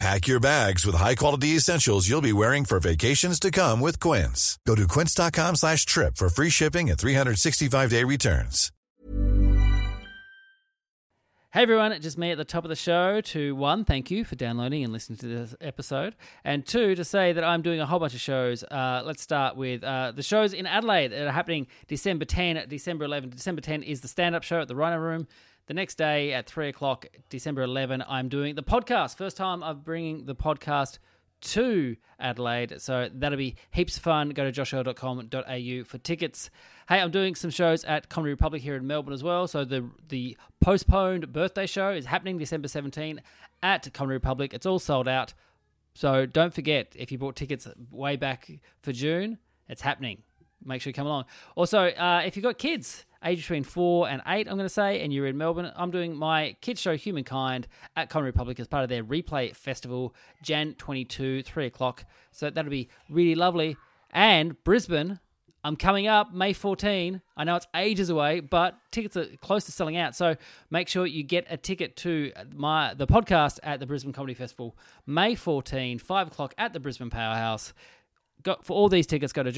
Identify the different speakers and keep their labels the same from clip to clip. Speaker 1: Pack your bags with high-quality essentials you'll be wearing for vacations to come with Quince. Go to quince.com slash trip for free shipping and 365-day returns.
Speaker 2: Hey everyone, it's just me at the top of the show to one, thank you for downloading and listening to this episode, and two, to say that I'm doing a whole bunch of shows. Uh, let's start with uh, the shows in Adelaide that are happening December 10, December 11. December 10 is the stand up show at the Rhino Room. The next day at 3 o'clock, December 11, I'm doing the podcast. First time I'm bringing the podcast to Adelaide. So that'll be heaps of fun. Go to joshua.com.au for tickets. Hey, I'm doing some shows at Comedy Republic here in Melbourne as well. So the the postponed birthday show is happening December 17 at Comedy Republic. It's all sold out. So don't forget if you bought tickets way back for June, it's happening. Make sure you come along. Also, uh, if you've got kids, age between four and eight, I'm going to say, and you're in Melbourne, I'm doing my kids show Humankind at Comedy Republic as part of their Replay Festival, Jan 22, 3 o'clock. So that'll be really lovely. And Brisbane, I'm coming up May 14. I know it's ages away, but tickets are close to selling out. So make sure you get a ticket to my the podcast at the Brisbane Comedy Festival, May 14, 5 o'clock at the Brisbane Powerhouse. Go, for all these tickets, go to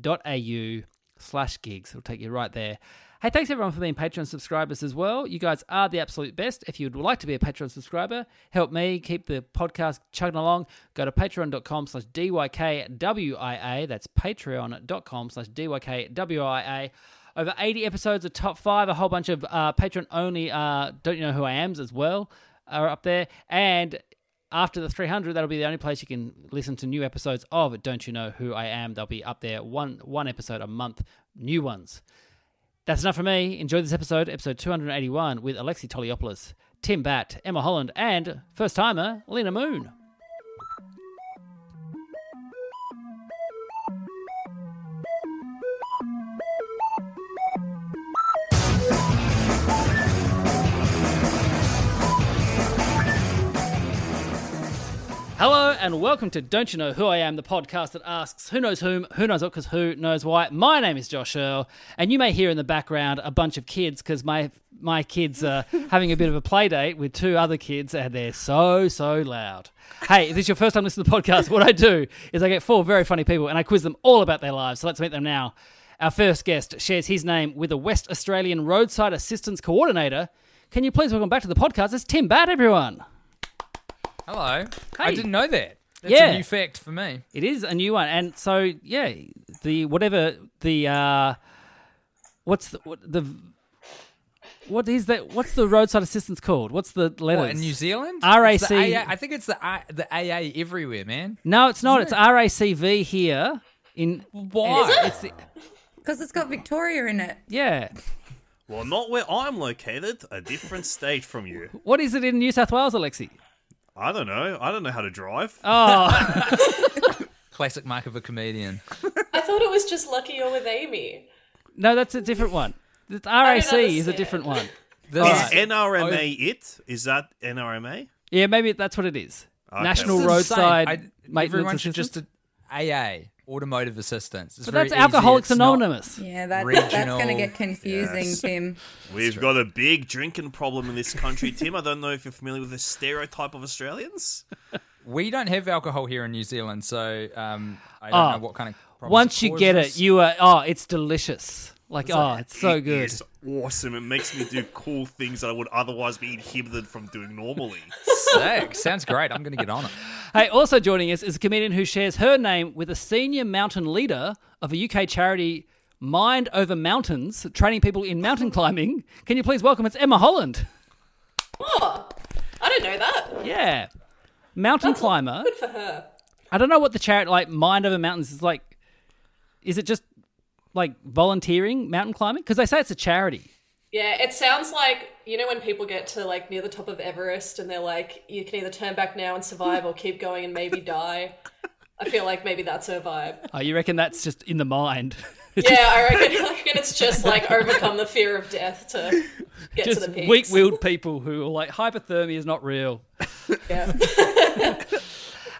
Speaker 2: joshua.com.au slash gigs. It'll take you right there. Hey, thanks everyone for being Patreon subscribers as well. You guys are the absolute best. If you'd like to be a Patreon subscriber, help me keep the podcast chugging along. Go to patreon.com slash DYKWIA. That's patreon.com slash DYKWIA. Over 80 episodes of Top 5, a whole bunch of uh, Patreon-only uh, Don't You Know Who I Am's as well are up there. And after the 300 that'll be the only place you can listen to new episodes of don't you know who i am they'll be up there one one episode a month new ones that's enough for me enjoy this episode episode 281 with alexi toliopoulos tim batt emma holland and first timer lena moon Hello and welcome to Don't You Know Who I Am, the podcast that asks who knows whom, who knows what, because who knows why. My name is Josh Earl, and you may hear in the background a bunch of kids because my my kids are having a bit of a play date with two other kids, and they're so so loud. Hey, if this is your first time listening to the podcast, what I do is I get four very funny people and I quiz them all about their lives. So let's meet them now. Our first guest shares his name with a West Australian roadside assistance coordinator. Can you please welcome back to the podcast? It's Tim Batt, everyone.
Speaker 3: Hello. I
Speaker 2: Hey.
Speaker 3: didn't know that. That's
Speaker 2: Yeah.
Speaker 3: a new fact for me.
Speaker 2: It is a new one, and so yeah, the whatever the uh, what's the what, the what is that? What's the roadside assistance called? What's the letters?
Speaker 3: What, in New Zealand?
Speaker 2: RAC.
Speaker 3: It's the AA I think it's the, I, the AA everywhere, man.
Speaker 2: No, it's not. It's RACV here in.
Speaker 3: Why?
Speaker 2: It's the,
Speaker 4: Because it's got Victoria in it.
Speaker 2: yeah.
Speaker 5: Well, not where I'm located, a different state from you.
Speaker 2: What is it in New South Wales, Alexi?
Speaker 5: I don't know. I don't know how to drive.
Speaker 3: Classic mark of a comedian.
Speaker 6: I thought it was just lucky you're with Amy.
Speaker 2: No, that's a different one. It's RAC is a
Speaker 6: understand.
Speaker 2: different one.
Speaker 3: This
Speaker 5: Is
Speaker 2: Oh,
Speaker 5: NRMA it? Is that NRMA?
Speaker 2: Yeah, maybe that's what it is. National
Speaker 3: this is
Speaker 2: roadside
Speaker 3: insane. I,
Speaker 2: maintenance
Speaker 3: everyone should just
Speaker 2: assistance.
Speaker 3: do AA automotive assistance. It's
Speaker 2: but
Speaker 3: very
Speaker 2: that's
Speaker 3: easy.
Speaker 2: Alcoholics
Speaker 3: It's not-
Speaker 2: Anonymous.
Speaker 4: Yeah, that,
Speaker 3: Regional.
Speaker 4: that's going to get confusing, Tim.
Speaker 5: We've got a big drinking problem in this country, Tim. I don't know if you're familiar with the stereotype of Australians.
Speaker 3: we don't have alcohol here in New Zealand, so um, I don't
Speaker 2: Oh.
Speaker 3: know what kind of. problems
Speaker 2: Once you get it,
Speaker 3: causes.
Speaker 2: you are oh, it's delicious. Like oh, it's so
Speaker 5: It
Speaker 2: good.
Speaker 5: is awesome. It makes me do cool things that I would otherwise be inhibited from doing normally.
Speaker 3: Sick. Sounds great. I'm going to get on it.
Speaker 2: Hey, also joining us is a comedian who shares her name with a senior mountain leader of a UK charity, Mind Over Mountains, training people in mountain climbing. Can you please welcome? It's Emma Holland.
Speaker 6: Oh, I don't know that.
Speaker 2: Yeah, mountain climber. Good for her. I don't know what the charity like Mind Over Mountains is like. Is it just like volunteering mountain climbing? Because they say it's a charity.
Speaker 6: Yeah, it sounds like you know when people get to like near the top of Everest and they're like, you can either turn back now and survive or keep going and maybe die. I feel like maybe that's her vibe.
Speaker 2: Oh, you reckon that's just in the mind?
Speaker 6: Yeah, I reckon, I reckon it's just like overcome the fear of death to get to
Speaker 2: Just
Speaker 6: the peaks.
Speaker 2: weak-willed people who are like hypothermia is not real.
Speaker 6: Yeah.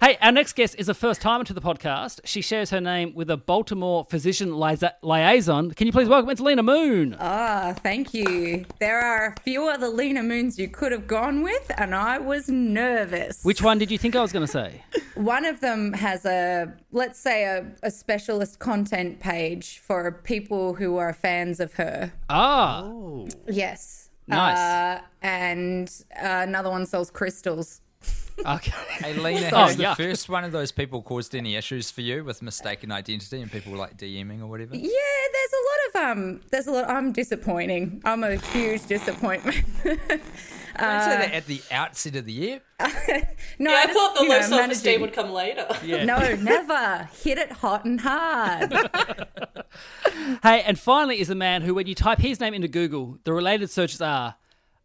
Speaker 2: Hey, our next guest is a first timer to the podcast. She shares her name with a Baltimore physician liza- liaison. Can you please welcome it's Lena Moon?
Speaker 6: Uh,
Speaker 4: Ah, thank you. There are a few other Lena Moons you could have gone with, and I was nervous.
Speaker 2: Which one did you think I was going to say?
Speaker 4: one of them has a let's say a, a specialist content page for people who are fans of her
Speaker 2: Ah,
Speaker 6: Uh,
Speaker 4: yes
Speaker 2: Nice.
Speaker 4: uh, and uh, another one sells crystals
Speaker 2: okay.
Speaker 3: Hey, Lena,
Speaker 2: Oh,
Speaker 3: has the
Speaker 2: yuck.
Speaker 3: first one of those people caused any issues for you with mistaken identity and people like DMing or whatever?
Speaker 4: yeah there's a lot of um there's a lot i'm disappointing i'm a huge disappointment
Speaker 3: Don't say that at the outset of the year.
Speaker 4: no
Speaker 6: I
Speaker 4: just,
Speaker 6: thought the
Speaker 4: you know,
Speaker 6: low self
Speaker 4: managing.
Speaker 6: esteem would come later.
Speaker 4: no never hit it hot and hard
Speaker 2: Hey, and finally is a man who, when you type his name into Google, the related searches are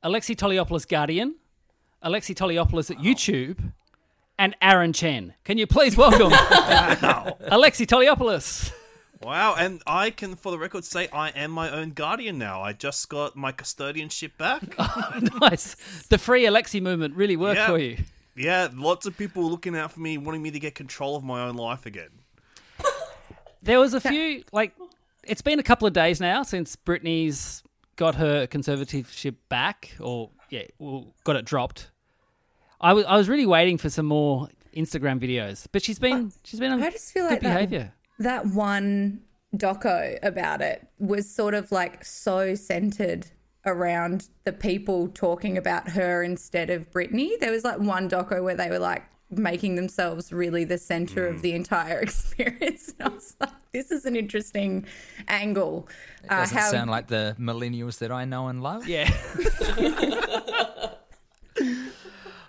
Speaker 2: Alexi Toliopoulos Guardian, Alexi Toliopoulos at YouTube, and Aaron Chen. Can you please welcome Alexi Toliopoulos?
Speaker 5: Wow, and I can, for the record, say I am my own guardian now. I just got my custodianship back.
Speaker 2: nice. The free Alexi movement really worked
Speaker 5: Yeah.
Speaker 2: for you.
Speaker 5: yeah, lots of people looking out for me, wanting me to get control of my own life again.
Speaker 2: There was a few like it's been a couple of days now since Britney's got her conservativeship back, or yeah, well, got it dropped. I was I was really waiting for some more Instagram videos, but she's been she's been on
Speaker 4: I just feel
Speaker 2: good
Speaker 4: like that-
Speaker 2: behavior.
Speaker 4: that one doco about it was sort of like so centered around the people talking about her instead of Britney. There was like one doco where they were like making themselves really the center
Speaker 3: Mm.
Speaker 4: of the entire experience. And I was like, this is an interesting angle. Uh,
Speaker 3: Doesn't sound like the millennials that I know and love.
Speaker 2: Yeah.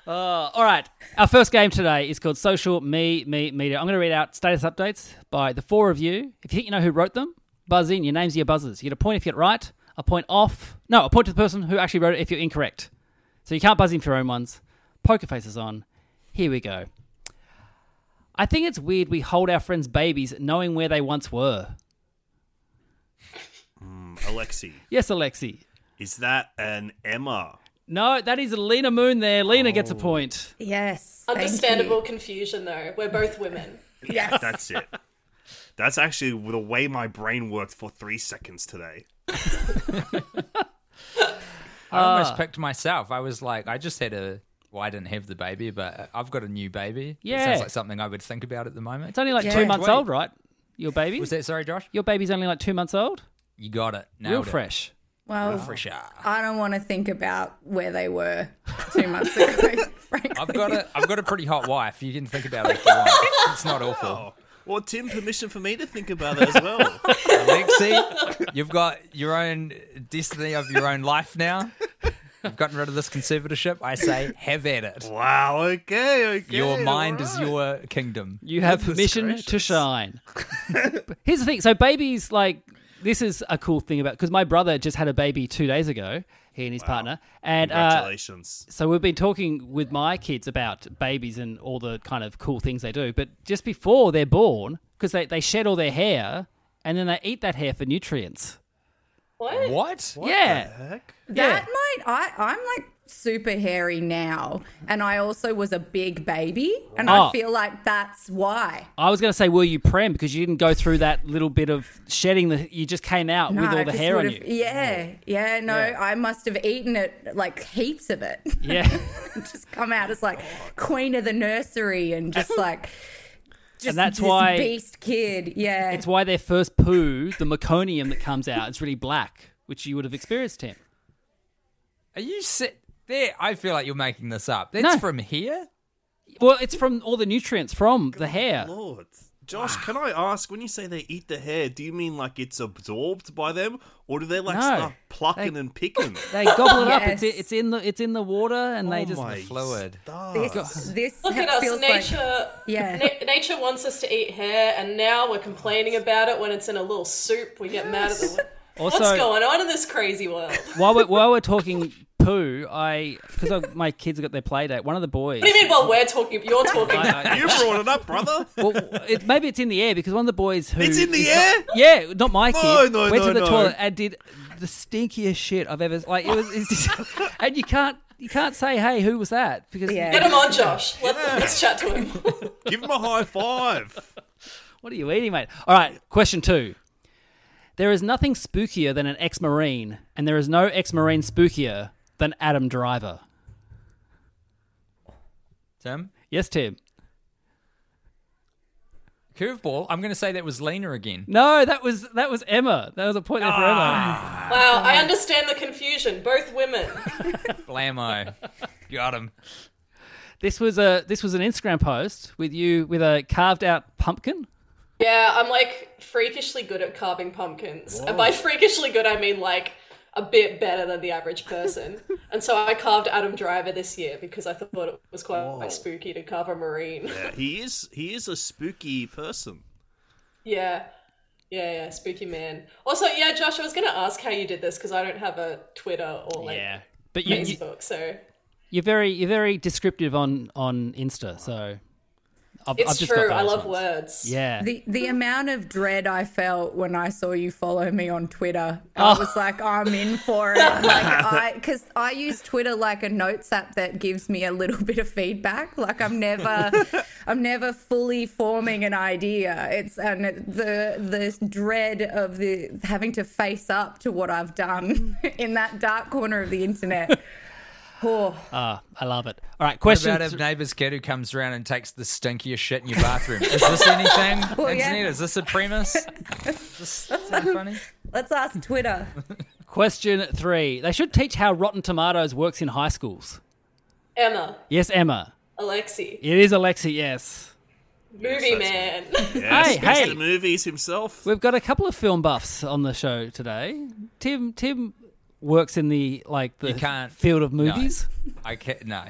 Speaker 2: Uh, all right. Our first game today is called Social Me Me Media. I'm going to read out status updates by the four of you. If you think you know who wrote them, buzz in. Your names are your buzzers. You get a point if you get it right, a point off. No, a point to the person who actually wrote it if you're incorrect. So you can't buzz in for your own ones. Poker faces on. Here we go. I think it's weird we hold our friends' babies knowing where they once were.
Speaker 5: Alexi,
Speaker 2: Yes, Alexi.
Speaker 5: is that an Emma?
Speaker 2: No, that is Lena Moon there. Lena gets
Speaker 3: Oh.
Speaker 2: a point.
Speaker 4: yes. thank you.
Speaker 6: Understandable confusion, though. We're both women.
Speaker 4: Yes.
Speaker 5: That's it. That's actually the way my brain worked for three seconds today.
Speaker 3: I
Speaker 2: Uh,
Speaker 3: almost picked myself. I was like, I just had a. Well, I didn't have the baby, but I've got a new baby. It
Speaker 2: Yeah.
Speaker 3: sounds like something I would think about at the moment.
Speaker 2: It's only like
Speaker 4: Yeah.
Speaker 2: two months
Speaker 3: Wait.
Speaker 2: old, right? Your baby?
Speaker 3: Was that sorry, Josh?
Speaker 2: Your baby's only like two months old?
Speaker 3: You got it. Nailed
Speaker 2: Real
Speaker 3: it.
Speaker 2: fresh.
Speaker 4: Well,
Speaker 3: Fresh ah.
Speaker 4: I don't want to think about where they were two months ago, frankly.
Speaker 3: I've got a I've got a pretty hot wife. You can think about it if you want. It's not awful.
Speaker 5: Well, Tim, permission for me to think about it as well.
Speaker 3: Lexi, you've got your own destiny of your own life now. You've gotten rid of this conservatorship. I say, have at it.
Speaker 5: wow. Okay. Okay.
Speaker 3: Your mind
Speaker 5: all
Speaker 3: is
Speaker 5: right.
Speaker 3: your kingdom.
Speaker 2: You have
Speaker 5: Goodness
Speaker 2: permission to
Speaker 5: gracious.
Speaker 2: shine. But Here's the thing. So babies, like, this is a cool thing about because my brother just had a baby two days ago. He and his partner, and uh,
Speaker 5: Congratulations.
Speaker 2: so we've been talking with my kids about babies and all the kind of cool things they do. But just before they're born, because they, they shed all their hair and then they eat that hair for nutrients.
Speaker 6: What?
Speaker 3: What?
Speaker 2: yeah,
Speaker 5: Heck.
Speaker 4: That might I I'm like super hairy now and I also was a big baby and
Speaker 2: Oh.
Speaker 4: I feel like that's why.
Speaker 2: I was going to say, were you prem because you didn't go through that little bit of shedding that you just came out
Speaker 4: No,
Speaker 2: with
Speaker 4: I
Speaker 2: all the
Speaker 4: just
Speaker 2: hair on
Speaker 4: would've-
Speaker 2: you?
Speaker 4: Yeah. Yeah, no, I must have eaten it like heaps of it.
Speaker 2: Yeah,
Speaker 4: just come out as like queen of the nursery and just like just
Speaker 2: that's
Speaker 4: this
Speaker 2: why-
Speaker 4: beast kid. Yeah.
Speaker 2: it's why their first poo, the meconium that comes out, it's really black, which you would have experienced him.
Speaker 3: Are you sit there? I feel like you're making this up. That's
Speaker 2: No.
Speaker 3: from here.
Speaker 2: Well, it's from all the nutrients from the hair.
Speaker 5: Lord.
Speaker 2: Ah.
Speaker 5: Josh, can I ask, when you say they eat the hair, do you mean like it's absorbed by them? Or do they like
Speaker 2: No.
Speaker 5: start plucking
Speaker 2: They-
Speaker 5: and picking?
Speaker 2: They gobble it up. It's
Speaker 4: Yes.
Speaker 2: it's in the it's in the water, and they just
Speaker 5: Oh my
Speaker 3: fluid.
Speaker 5: stars.
Speaker 4: this, this
Speaker 6: Look at us.
Speaker 4: feels
Speaker 6: Nature,
Speaker 4: like Yeah.
Speaker 6: na- nature wants us to eat hair, and now we're complaining about it when it's in a little soup. We get mad at the.
Speaker 2: also
Speaker 6: What's going on in this crazy world?
Speaker 2: while we're while we're talking poo, I because my kids got their play date. One of the boys.
Speaker 6: What do you mean while we're talking, you're talking?
Speaker 5: You brought it up, brother.
Speaker 2: Well, it, maybe it's in the air because one of the boys who
Speaker 5: It's in the
Speaker 2: is
Speaker 5: air?
Speaker 2: Not, yeah, not my kid.
Speaker 5: No, no,
Speaker 2: went
Speaker 5: no,
Speaker 2: to the
Speaker 5: no.
Speaker 2: toilet and did the stinkiest shit I've ever like. It was, it's just, and you can't you can't say hey who was that because
Speaker 4: Yeah.
Speaker 6: Get him on, Josh. Let, Let's chat to him.
Speaker 5: Give him a high five.
Speaker 2: what are you eating, mate? All right, question two. There is nothing spookier than an ex-marine, and there is no ex-marine spookier than Adam Driver.
Speaker 3: Tim?
Speaker 2: Yes, Tim.
Speaker 3: Curveball, I'm going to say that was Lena again.
Speaker 2: No, that was that was Emma. That was a point there for
Speaker 6: Ah.
Speaker 2: Emma.
Speaker 6: Wow, I understand the confusion. Both women.
Speaker 3: Blammo. Got him.
Speaker 2: This was a this was an Instagram post with you with a carved out pumpkin.
Speaker 6: Yeah, I'm like freakishly good at carving pumpkins. And by freakishly good, I mean like a bit better than the average person. and so I carved Adam Driver this year because I thought it was quite, quite spooky to carve a marine.
Speaker 5: Yeah, he is he is a spooky person.
Speaker 6: Yeah. Yeah, yeah, spooky man. Also, yeah, Josh, I was going to ask how you did this because I don't have a Twitter or like
Speaker 2: but you, you
Speaker 6: Facebook, so
Speaker 2: You're very you're very descriptive on on Insta, so I've,
Speaker 6: it's
Speaker 2: I've just
Speaker 6: true.
Speaker 2: Got
Speaker 6: I
Speaker 2: those
Speaker 6: love
Speaker 2: ones.
Speaker 6: words.
Speaker 2: Yeah,
Speaker 4: The the amount of dread I felt when I saw you follow me on Twitter, I was like, I'm in for it. Like, I because I use Twitter like a notes app that gives me a little bit of feedback. Like I'm never, I'm never fully forming an idea. It's and it, the the dread of the having to face up to what I've done in that dark corner of the internet. Oh,
Speaker 2: Ah, I love it. All right,
Speaker 3: What
Speaker 2: question.
Speaker 3: about a neighbour's kid who comes around and takes the stinkiest shit in your bathroom? Is this anything? Anthony,
Speaker 4: yeah.
Speaker 3: Is this a premise? Is this is that funny?
Speaker 4: let's ask Twitter.
Speaker 2: question three. They should teach how Rotten Tomatoes works in high schools.
Speaker 6: Emma,
Speaker 2: Yes, Emma.
Speaker 6: Alexi,
Speaker 2: It is Alexi. Yes,
Speaker 6: movie man.
Speaker 5: Yeah,
Speaker 2: Hey,
Speaker 5: speaks
Speaker 2: hey.
Speaker 5: to the movies himself.
Speaker 2: we've got a couple of film buffs on the show today. Tim Tim works in the like the
Speaker 3: You can't-
Speaker 2: field of movies.
Speaker 3: I can't. No.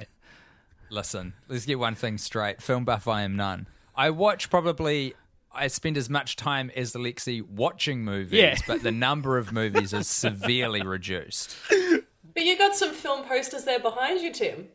Speaker 3: Listen, let's get one thing straight. Film buff, I am none. I watch probably. I spend as much time as Alexi watching movies,
Speaker 2: Yeah.
Speaker 3: but the number of movies is severely reduced.
Speaker 6: but you got some film posters there behind you, Tim.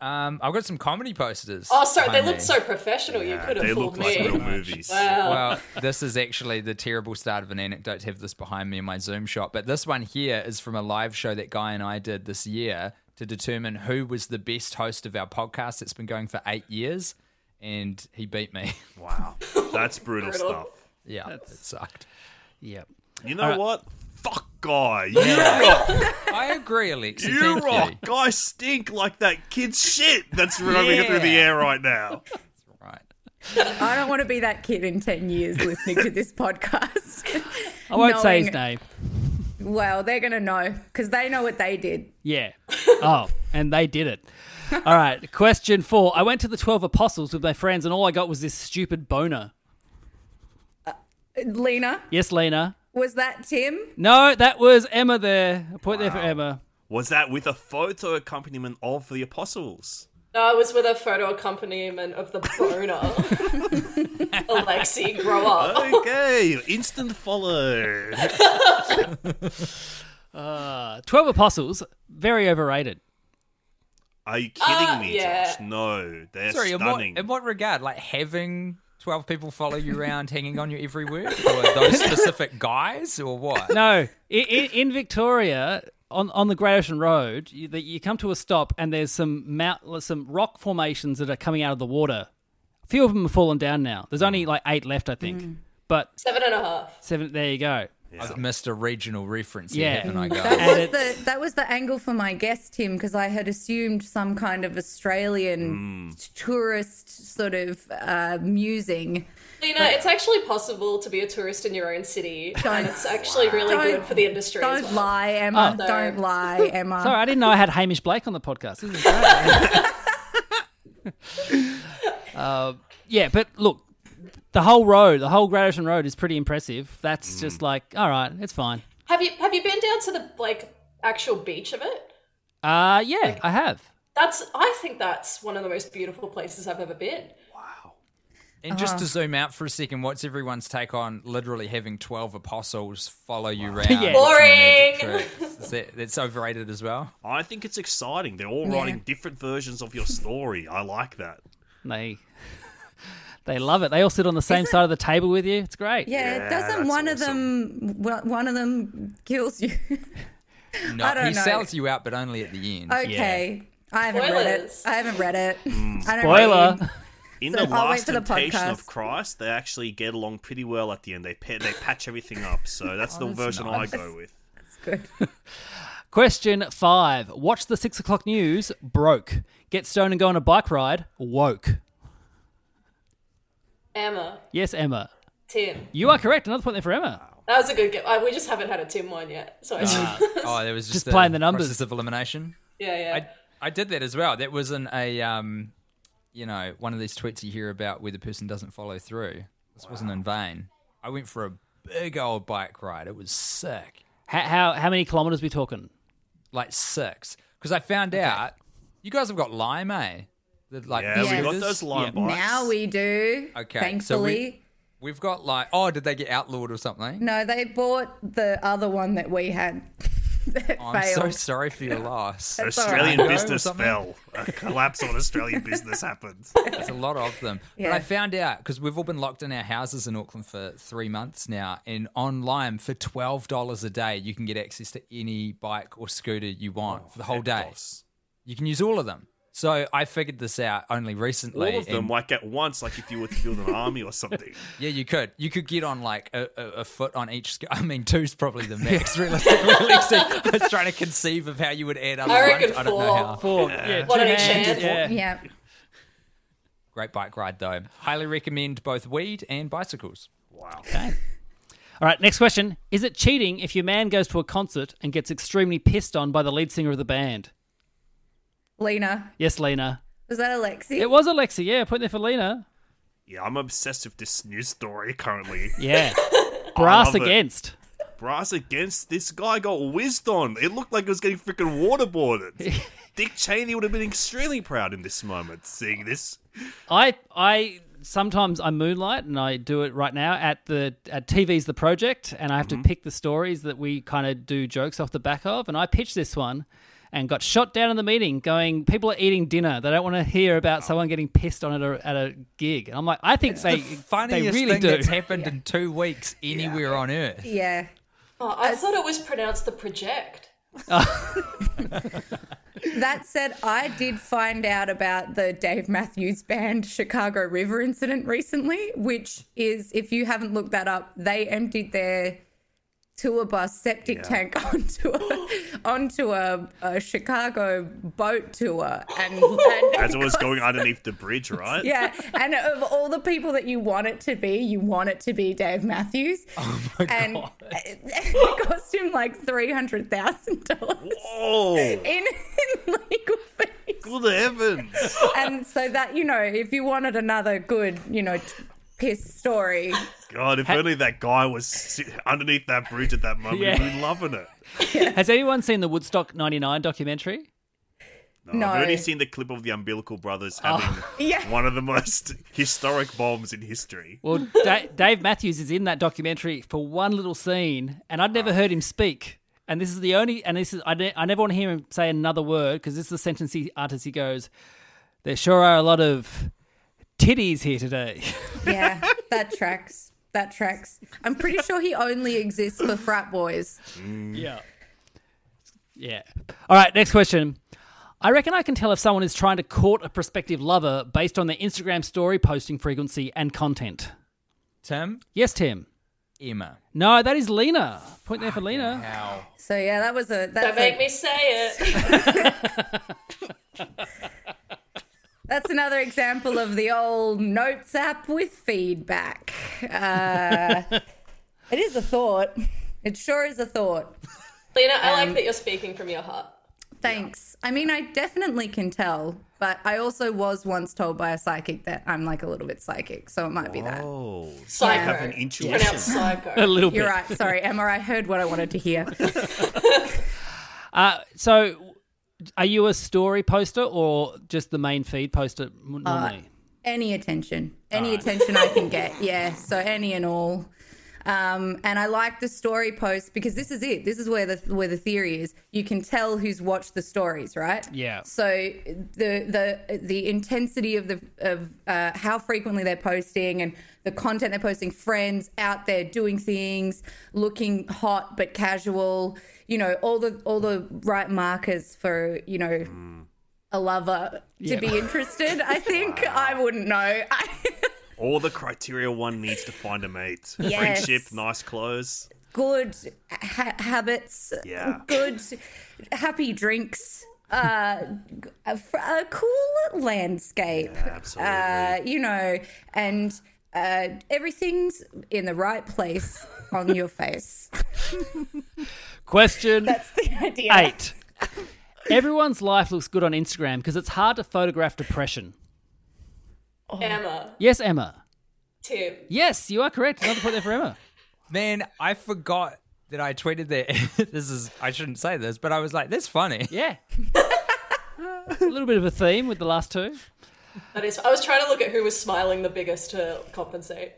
Speaker 3: Um, I've got some comedy posters.
Speaker 6: Oh, sorry, they
Speaker 3: behind
Speaker 6: looked
Speaker 3: me.
Speaker 6: so professional. you could
Speaker 5: They
Speaker 6: have
Speaker 5: look
Speaker 6: fooled
Speaker 5: like
Speaker 6: me.
Speaker 5: real movies.
Speaker 6: Wow.
Speaker 3: Well, this is actually the terrible start of an anecdote to have this behind me in my Zoom shot. But this one here is from a live show that Guy and I did this year to determine who was the best host of our podcast that's been going for eight years. And he beat me.
Speaker 5: Wow, that's brutal
Speaker 6: Brutal.
Speaker 5: stuff.
Speaker 3: yeah, it sucked.
Speaker 2: Yep.
Speaker 5: You know what? Fuck guy, you rock.
Speaker 3: I agree, Alexi.
Speaker 5: You
Speaker 3: Thank
Speaker 5: rock.
Speaker 3: you.
Speaker 5: Guy stink like that kid's shit that's running through the air right now.
Speaker 3: Right.
Speaker 4: I don't want to be that kid in 10 years listening to this podcast.
Speaker 2: I won't say his
Speaker 4: Knowing-
Speaker 2: name.
Speaker 4: Well, they're going to know because they know what they did.
Speaker 2: Yeah. Oh, and they did it. All right. Question four. I went to the Twelve Apostles with my friends, and all I got was this stupid boner.
Speaker 4: Lena,
Speaker 2: Yes, Lena.
Speaker 4: was that Tim?
Speaker 2: No, that was Emma there. A point there for Emma.
Speaker 5: Was that with a photo accompaniment of the apostles?
Speaker 6: No, I was with a photo accompaniment of the boner. Alexi, grow up.
Speaker 5: Okay, instant follow.
Speaker 2: Uh, Twelve Apostles, very overrated.
Speaker 5: Are you kidding
Speaker 6: Uh,
Speaker 5: me,
Speaker 6: yeah.
Speaker 5: Josh? No, they're
Speaker 3: Sorry, in what,
Speaker 5: stunning.
Speaker 3: in what regard? Like having 12 people follow you around, hanging on your every word? Or those specific guys? Or what?
Speaker 2: No, in, in, in Victoria, on, on the Great Ocean Road, you, that you come to a stop and there's some mount, some rock formations that are coming out of the water. A few of them have fallen down now. There's only like eight left, I think. But
Speaker 6: Seven and a half.
Speaker 2: seven, there you go.
Speaker 3: I've missed a regional reference
Speaker 2: Yeah.
Speaker 3: here, haven't I, guys?
Speaker 4: That was,
Speaker 2: And it's-
Speaker 4: the, that was the angle for my guess, Tim, because I had assumed some kind of
Speaker 2: Hmm.
Speaker 4: Australian tourist sort of uh, musing.
Speaker 6: Lena, it's actually possible to be a tourist in your own city, and it's actually really
Speaker 4: Don't-
Speaker 6: good for the industry. as
Speaker 4: Don't
Speaker 6: well.
Speaker 4: lie, Emma.
Speaker 6: Oh.
Speaker 4: Don't lie, Emma.
Speaker 2: Sorry, I didn't know I had Hamish Blake on the podcast. This is great. Um, yeah, but look, the whole road, the whole Great Ocean Road is pretty impressive. That's just like, all right, it's fine.
Speaker 6: Have you have you been down to the like actual beach of it?
Speaker 2: Uh, yeah, I have.
Speaker 6: That's I think that's one of the most beautiful places I've ever been.
Speaker 3: And just
Speaker 4: Uh-huh.
Speaker 3: to zoom out for a second, what's everyone's take on literally having 12 apostles follow you around?
Speaker 2: Yeah.
Speaker 3: watching the magic
Speaker 6: Boring.
Speaker 3: tricks? It's Is that, that's overrated as well.
Speaker 5: I think it's exciting. They're all
Speaker 4: Yeah.
Speaker 5: writing different versions of your story. I like that.
Speaker 2: They they love it. They all sit on the same side of the table with you. It's great.
Speaker 4: Yeah,
Speaker 5: Yeah,
Speaker 4: doesn't
Speaker 5: that's
Speaker 4: one of them well, one of them kills you?
Speaker 3: No,
Speaker 4: I don't
Speaker 3: he
Speaker 4: know.
Speaker 3: sells you out, but only at the end.
Speaker 4: okay. I haven't read it.
Speaker 6: Spoilers.
Speaker 4: I haven't read it.
Speaker 3: Hmm.
Speaker 4: I don't
Speaker 2: Spoiler.
Speaker 4: read.
Speaker 5: In
Speaker 4: So
Speaker 5: the
Speaker 4: I'll wait
Speaker 5: last
Speaker 4: for the
Speaker 5: temptation of
Speaker 4: podcast.
Speaker 5: Christ, they actually get along pretty well at the end. They pa- they patch everything up. So that's the version I go with.
Speaker 4: It's good.
Speaker 2: Question five. Watch the six o'clock news. Broke. Get stoned and go on a bike ride. Woke.
Speaker 6: Emma,
Speaker 2: Yes, Emma.
Speaker 6: Tim.
Speaker 2: You are correct. Another point there for Emma.
Speaker 6: That was a good game. I, we just haven't had a Tim one yet. So it's
Speaker 3: Oh, there was just,
Speaker 2: Just
Speaker 3: a
Speaker 2: playing the numbers.
Speaker 3: process of elimination.
Speaker 6: yeah, yeah.
Speaker 3: I I did that as well. That was in a um, you know, one of these tweets you hear about where the person doesn't follow through. This wasn't in vain. I went for a big old bike ride. It was sick,
Speaker 2: How how, how many kilometers we talking?
Speaker 3: like six, because I found out you guys have got lime, eh? The, like
Speaker 5: Yeah, we
Speaker 4: Yes.
Speaker 5: got those line bikes.
Speaker 4: Now we do.
Speaker 3: Okay, so
Speaker 4: Thankfully.
Speaker 3: have got like oh, did they get outlawed or something?
Speaker 4: No, they bought the other one that we had that
Speaker 3: Oh, I'm so
Speaker 4: failed.
Speaker 3: sorry for your loss.
Speaker 4: That's all
Speaker 5: Australian
Speaker 3: right.
Speaker 5: business
Speaker 3: Or something.
Speaker 5: fell. A collapse on Australian business happened.
Speaker 3: There's a lot of them.
Speaker 4: Yeah.
Speaker 3: But I found out because we've all been locked in our houses in Auckland for three months now, and online for twelve dollars a day, you can get access to any bike or scooter you want for the whole day.
Speaker 5: Oh, Boss.
Speaker 3: You can use all of them. So I figured this out only recently.
Speaker 5: All of them,
Speaker 3: and-
Speaker 5: like at once, like if you were to build an army or something.
Speaker 3: yeah, you could. You could get on like a, a, a foot on each. sco- I mean, two's probably the max. Realistically, Lexi. I was trying to conceive of how you would add up.
Speaker 6: I reckon
Speaker 3: I don't know
Speaker 6: four.
Speaker 3: how.
Speaker 2: Four. Yeah.
Speaker 6: What
Speaker 2: two
Speaker 6: an
Speaker 2: hands,
Speaker 6: enchant.
Speaker 2: yeah.
Speaker 4: Yeah.
Speaker 3: Great bike ride though. Highly recommend both weed and bicycles.
Speaker 5: Wow.
Speaker 2: All right, next question. Is it cheating if your man goes to a concert and gets extremely pissed on by the lead singer of the band?
Speaker 4: Lena.
Speaker 2: Yes, Lena.
Speaker 4: Was that Alexi?
Speaker 2: It was Alexi. Yeah, point there for Lena.
Speaker 5: Yeah, I'm obsessed with this news story currently.
Speaker 2: Yeah. Brass
Speaker 5: love it.
Speaker 2: against.
Speaker 5: Brass against this guy got whizzed on. It looked like it was getting freaking waterboarded. Dick Cheney would have been extremely proud in this moment seeing this.
Speaker 2: I I sometimes I moonlight and I do it right now at the at TV's the project and I have
Speaker 3: Mm-hmm.
Speaker 2: to pick the stories that we kind of do jokes off the back of and I pitched this one and got shot down in the meeting going people are eating dinner they don't want to hear about someone getting pissed on at a, at a gig and I'm like I think they
Speaker 3: Oh. the funniest
Speaker 2: they really
Speaker 3: thing
Speaker 2: do
Speaker 3: that's happened in two weeks anywhere on earth.
Speaker 4: yeah.
Speaker 6: oh, I thought it was pronounced the project.
Speaker 4: That said, I did find out about the Dave Matthews Band Chicago River incident recently, which is, if you haven't looked that up, they emptied their tour bus septic tank onto a, onto a, a Chicago boat tour, and, and
Speaker 5: As it was going underneath the bridge, right?
Speaker 4: yeah, and of all the people that you want it to be, you want it to be Dave Matthews. Oh my and God. it cost him like three hundred thousand dollars
Speaker 5: Oh,
Speaker 4: in, in legal fees.
Speaker 5: good heavens.
Speaker 4: And so that you know, if you wanted another good, you know, t- piss story,
Speaker 5: God, if only that guy was si- underneath that bridge at that moment, he'd be loving it.
Speaker 2: Has anyone seen the Woodstock 99 documentary?
Speaker 4: no, Oh,
Speaker 5: I've only seen the clip of the Umbilical Brothers having
Speaker 4: Yeah.
Speaker 5: one of the most historic bombs in history.
Speaker 2: Well, da- Dave Matthews is in that documentary for one little scene, and I'd never heard him speak. And this is the only, and this is, I, ne- I never want to hear him say another word because this is the sentence he utters. He goes, There sure are a lot of titties here today.
Speaker 4: yeah, that tracks. That tracks. I'm pretty sure he only exists for frat boys.
Speaker 2: Yeah. Yeah. All right, next question. I reckon I can tell if someone is trying to court a prospective lover based on their Instagram story posting frequency and content.
Speaker 3: Tim,
Speaker 2: Yes, Tim.
Speaker 3: Emma.
Speaker 2: No, that is Lena. Point there for Lena.
Speaker 3: Ow.
Speaker 4: So yeah, that was a
Speaker 6: Don't
Speaker 4: that's a-
Speaker 6: make me say it.
Speaker 4: That's another example of the old notes app with feedback. Uh, it is a thought. It sure is a thought.
Speaker 6: Lena, I like that you're speaking from your heart.
Speaker 4: Thanks. I mean, I definitely can tell, but I also was once told by a psychic that I'm like a little bit psychic, so it might be that.
Speaker 5: Oh,
Speaker 6: Psycho.
Speaker 5: have an intuition.
Speaker 6: Pronounced
Speaker 2: A
Speaker 6: psycho.
Speaker 2: little bit.
Speaker 4: You're right. Sorry, Emma. I heard what I wanted to hear.
Speaker 2: So, are you a story poster or just the main feed poster m-
Speaker 4: Uh,
Speaker 2: normally?
Speaker 4: Any attention, any attention I can get. Yeah. So any and all. Um, and I like the story posts because this is it. This is where the where the theory is. You can tell who's watched the stories, right?
Speaker 2: Yeah.
Speaker 4: So the the the intensity of the of uh, how frequently they're posting and the content they're posting, friends out there doing things, looking hot but casual. You know, all the all the right markers for you know a lover to
Speaker 2: Yeah.
Speaker 4: be interested. I think I wouldn't know.
Speaker 5: All the criteria one needs to find a mate.
Speaker 4: Yes.
Speaker 5: Friendship, nice clothes.
Speaker 4: good ha- habits,
Speaker 5: Yeah.
Speaker 4: good happy drinks, uh, g- a, fr- a cool landscape,
Speaker 5: Yeah, absolutely.
Speaker 4: uh, you know, and uh, everything's in the right place on your face.
Speaker 2: Question
Speaker 4: That's the idea.
Speaker 2: eight. Everyone's life looks good on Instagram because it's hard to photograph depression.
Speaker 6: Emma,
Speaker 2: Yes, Emma.
Speaker 6: Tim,
Speaker 2: Yes, you are correct. Another point there for Emma.
Speaker 3: Man, I forgot that I tweeted that. this is, I shouldn't say this, but I was like, that's funny.
Speaker 2: Yeah. a little bit of a theme with the last two.
Speaker 6: that is. I was trying to look at who was smiling the biggest to compensate.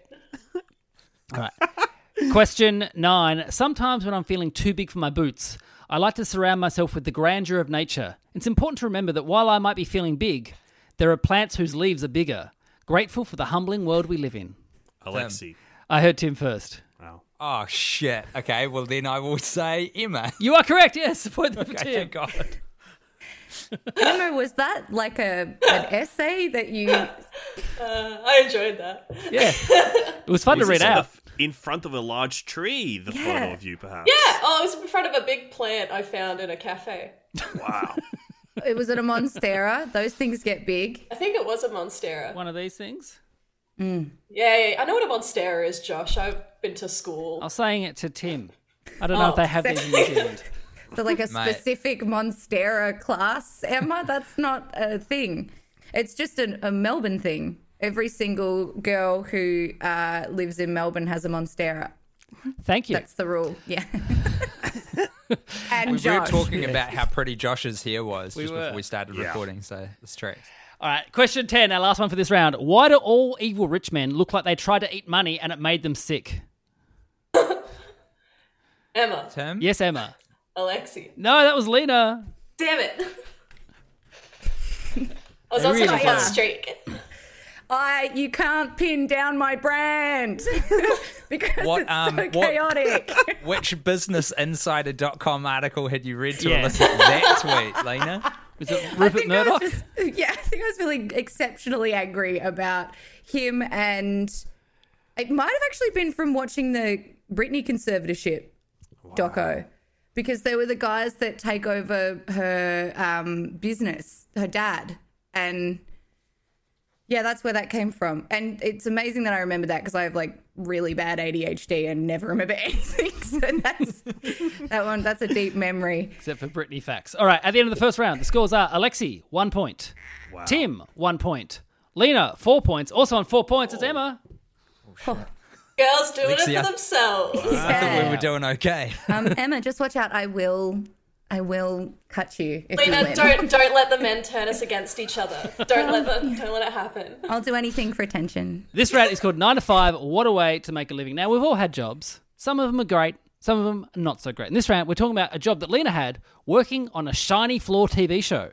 Speaker 2: All right. Question nine. Sometimes when I'm feeling too big for my boots, I like to surround myself with the grandeur of nature. It's important to remember that while I might be feeling big, there are plants whose leaves are bigger. Grateful for the humbling world we live in.
Speaker 5: Alexi.
Speaker 2: I heard Tim first.
Speaker 5: Wow.
Speaker 3: Oh, shit. Okay, well, then I will say Emma.
Speaker 2: You are correct. Yes, a point there for
Speaker 3: Okay,
Speaker 2: Tim.
Speaker 3: thank God.
Speaker 4: Emma, was that like a an essay that you?
Speaker 6: I enjoyed that.
Speaker 2: Yeah, it was fun
Speaker 5: Was
Speaker 2: to read
Speaker 5: this on the
Speaker 2: out.
Speaker 5: f- in front of a large tree, the photo of you, perhaps.
Speaker 6: Yeah. Oh, it was in front of a big plant I found in a cafe.
Speaker 5: Wow.
Speaker 4: It was at a monstera. Those things get big.
Speaker 6: I think it was a monstera.
Speaker 2: One of these things.
Speaker 6: Yay! I know what a monstera is, Josh. I've been to school.
Speaker 2: I was saying it to Tim. I don't know if
Speaker 6: Oh,
Speaker 2: they have these in New Zealand.
Speaker 4: So like a
Speaker 3: Mate.
Speaker 4: specific Monstera class, Emma. That's not a thing. It's just an, a Melbourne thing. Every single girl who uh, lives in Melbourne has a Monstera.
Speaker 2: Thank you.
Speaker 4: That's the rule. Yeah. and
Speaker 3: We were
Speaker 4: Josh.
Speaker 3: talking about how pretty Josh's hair was just
Speaker 2: were.
Speaker 3: before we started
Speaker 5: Yeah.
Speaker 3: recording, so this tracks.
Speaker 2: All right, question 10, our last one for this round. Why do all evil rich men look like they tried to eat money and it made them sick?
Speaker 6: Emma,
Speaker 3: Tim?
Speaker 2: Yes, Emma.
Speaker 6: Alexi.
Speaker 2: No, that was Lena.
Speaker 6: Damn it. I was
Speaker 2: They
Speaker 6: also on a
Speaker 2: really
Speaker 6: hot
Speaker 2: are.
Speaker 6: streak.
Speaker 4: I you can't pin down my brand because
Speaker 3: What,
Speaker 4: it's
Speaker 3: um,
Speaker 4: so
Speaker 3: what-
Speaker 4: chaotic.
Speaker 3: Which businessinsider.com article had you read to
Speaker 2: Yeah.
Speaker 3: elicit that tweet, Lena?
Speaker 2: Was it
Speaker 4: I
Speaker 2: Rupert
Speaker 4: think
Speaker 2: Murdoch?
Speaker 4: I was just, yeah, I think I was feeling exceptionally angry about him, and it might have actually been from watching the Britney conservatorship doco because they were the guys that take over her um, business, her dad, and yeah, that's where that came from. And it's amazing that I remember that because I have like really bad ADHD and never remember anything. So that's that one. That's a deep memory.
Speaker 2: Except for Brittany Facts. All right, at the end of the first round, the scores are Alexi, one point.
Speaker 5: Wow.
Speaker 2: Tim, one point. Lena, four points. Also on four points, it's Emma.
Speaker 6: Girls doing
Speaker 3: Alexia.
Speaker 6: it for themselves.
Speaker 3: I thought we
Speaker 4: Yeah.
Speaker 3: were doing okay.
Speaker 4: Um, Emma, just watch out. I will, I will cut you if you
Speaker 6: Lena,
Speaker 4: win.
Speaker 6: don't don't let the men turn us against each other. Don't let them. Don't let it happen.
Speaker 4: I'll do anything for attention.
Speaker 2: This round is called 9 to 5 What a Way to Make a Living. Now, we've all had jobs. Some of them are great, some of them are not so great. In this round, we're talking about a job that Lena had working on a shiny floor TV show.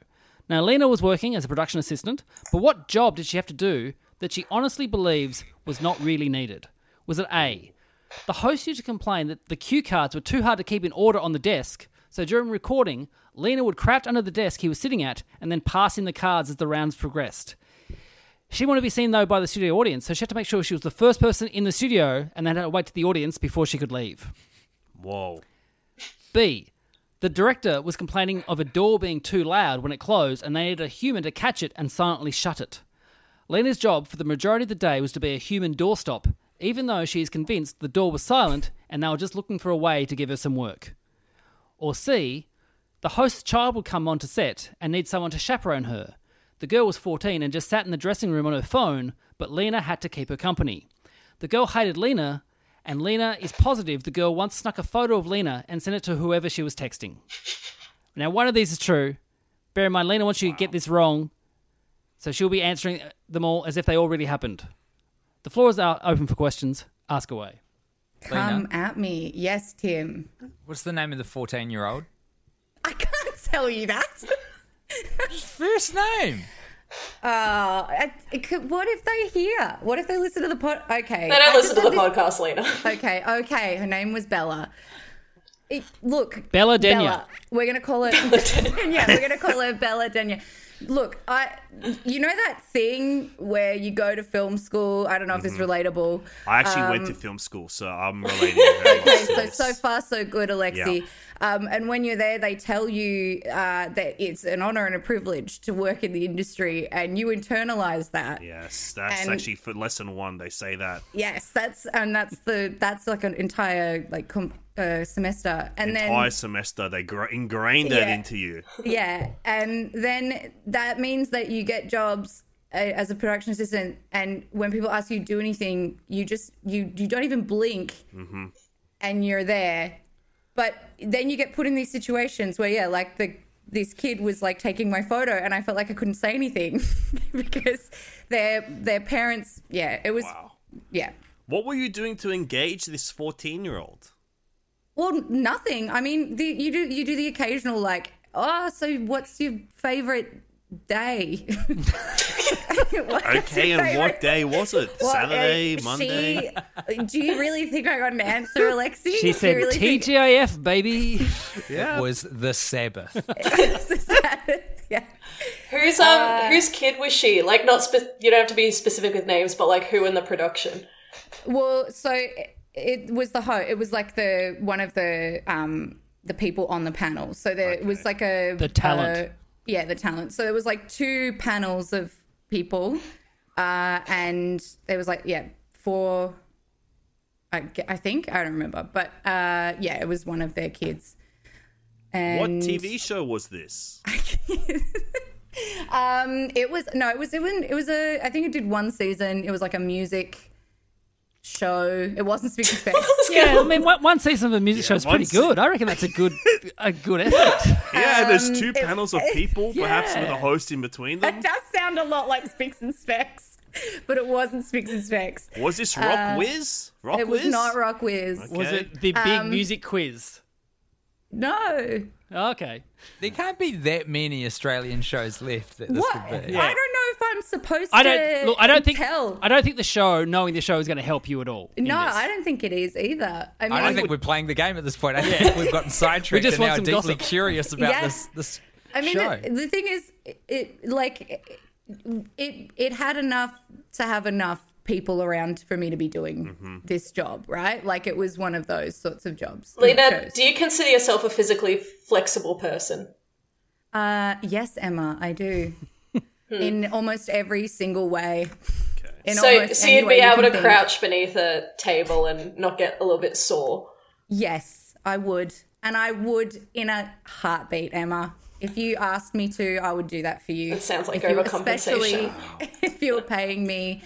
Speaker 2: Now, Lena was working as a production assistant, but what job did she have to do that she honestly believes was not really needed? Was it A? The host used to complain that the cue cards were too hard to keep in order on the desk, so during recording, Lena would crouch under the desk he was sitting at and then pass in the cards as the rounds progressed. She wanted to be seen though by the studio audience, so she had to make sure she was the first person in the studio and then had to wait to the audience before she could leave.
Speaker 5: Whoa.
Speaker 2: B. The director was complaining of a door being too loud when it closed and they needed a human to catch it and silently shut it. Lena's job for the majority of the day was to be a human doorstop, even though she is convinced the door was silent and they were just looking for a way to give her some work. Or C. The host's child would come onto set and need someone to chaperone her. The girl was 14 and just sat in the dressing room on her phone, but Lena had to keep her company. The girl hated Lena, and Lena is positive the girl once snuck a photo of Lena and sent it to whoever she was texting. Now, one of these is true. Bear in mind, Lena wants you to get this wrong, so she'll be answering them all as if they already happened. The floor is out open for questions. Ask away.
Speaker 4: Come at me. Yes, Tim.
Speaker 3: What's the name of the 14 year old?
Speaker 4: I can't tell you that.
Speaker 3: First name.
Speaker 4: Uh, I- it could- what if they hear? What if they listen to the pod? Okay.
Speaker 6: They
Speaker 4: I
Speaker 6: don't
Speaker 4: just
Speaker 6: listen to the
Speaker 4: had
Speaker 6: podcast later.
Speaker 4: this- Okay, okay. Her name was Bella. It, look,
Speaker 2: Bella Denya.
Speaker 4: Bella. We're gonna call her Denya. We're gonna call her Bella Denya. Look, I, you know that thing where you go to film school. I don't know if it's
Speaker 2: Mm-hmm.
Speaker 4: relatable.
Speaker 5: I actually went to film school, so I'm relating very much to
Speaker 4: Um, So
Speaker 5: this.
Speaker 4: so far so good, Alexi. Um, and when you're there, they tell you uh, that it's an honor and a privilege to work in the industry, and you internalize that.
Speaker 5: Yes, that's
Speaker 4: And-
Speaker 5: actually for lesson one. They say that
Speaker 4: Yes, that's and that's the that's like an entire like com- uh, semester, and then
Speaker 5: entire semester they gr- ingrained that
Speaker 4: Yeah.
Speaker 5: into you.
Speaker 4: yeah, and then that means that you get jobs uh, as a production assistant, and when people ask you to do anything, you just you you don't even blink, and you're there. But then you get put in these situations where yeah, like the this kid was like taking my photo, and I felt like I couldn't say anything because their their parents yeah, it was
Speaker 5: Wow.
Speaker 4: yeah.
Speaker 5: What were you doing to engage this 14 year old?
Speaker 4: Well, nothing. I mean, the, you do you do the occasional like, oh, so what's your favorite day? What's
Speaker 5: Okay,
Speaker 4: your
Speaker 5: and what
Speaker 4: favourite-
Speaker 5: day was it?
Speaker 4: Well, uh,
Speaker 5: Saturday,
Speaker 4: she-
Speaker 5: Monday?
Speaker 4: do you really think I got an answer, Alexi?
Speaker 2: She said
Speaker 4: really think-
Speaker 2: TGIF, baby.
Speaker 3: It was the Sabbath.
Speaker 4: yeah.
Speaker 6: Whose um whose kid was she? Like not spe- you don't have to be specific with names, but like who in the production?
Speaker 4: Well, so it, it was the ho. It was like the one of the um the people on the panel. So there it was like a
Speaker 2: The talent.
Speaker 4: uh, yeah, the talent. So there was like two panels of people, uh, and there was like yeah four. I, g- I think I don't remember, but uh, yeah, it was one of their kids. And
Speaker 5: What TV show was this?
Speaker 4: Um, it was no, it was it was it was a. I think it did one season. It was like a music show. It wasn't Speaker Space.
Speaker 2: yeah, I mean, one, one season of a music show is pretty
Speaker 5: once-
Speaker 2: good. I reckon that's a good, a good effort.
Speaker 5: Yeah,
Speaker 4: Um,
Speaker 5: there's two panels of people, perhaps with a host in between them.
Speaker 4: It does sound a lot like Spicks and Specs, but it wasn't Spicks and Specs.
Speaker 5: Was this Rock Whiz? Rock
Speaker 4: Uh, It was
Speaker 5: Whiz?
Speaker 4: not Rock Whiz.
Speaker 2: Was
Speaker 5: Okay.
Speaker 2: it the big
Speaker 4: Um,
Speaker 2: music quiz?
Speaker 4: No.
Speaker 2: Okay.
Speaker 3: there can't be that many Australian shows left that this
Speaker 4: What?
Speaker 3: could be.
Speaker 4: I don't know if I'm supposed
Speaker 2: I
Speaker 4: to
Speaker 2: don't look. I don't think.
Speaker 4: tell.
Speaker 2: I don't think the show knowing the show is going to help you at all. in
Speaker 4: no,
Speaker 2: this.
Speaker 4: I don't think it is either. I mean,
Speaker 3: I don't think we're playing the game at this point. I think we've gotten sidetracked
Speaker 2: just
Speaker 3: and
Speaker 2: want
Speaker 3: now are
Speaker 2: some
Speaker 3: deeply
Speaker 2: gossip.
Speaker 3: curious about
Speaker 4: Yeah.
Speaker 3: this this
Speaker 4: I mean,
Speaker 3: show.
Speaker 4: the, the thing is, it, like it it had enough to have enough people around for me to be doing this job, right? Like it was one of those sorts of jobs.
Speaker 6: Lena,
Speaker 4: shows.
Speaker 6: do you consider yourself a physically flexible person?
Speaker 4: Uh, yes, Emma, I do. In almost every single way. In
Speaker 6: Hmm. So,
Speaker 4: almost
Speaker 6: so
Speaker 4: any
Speaker 6: you'd
Speaker 4: way you
Speaker 6: be able
Speaker 4: can
Speaker 6: to
Speaker 4: think.
Speaker 6: crouch beneath a table and not get a little bit sore.
Speaker 4: Yes, I would, and I would in a heartbeat, Emma. If you asked me to, I would do that for you.
Speaker 6: It sounds like
Speaker 4: If you-
Speaker 6: overcompensation.
Speaker 4: Especially if you were paying me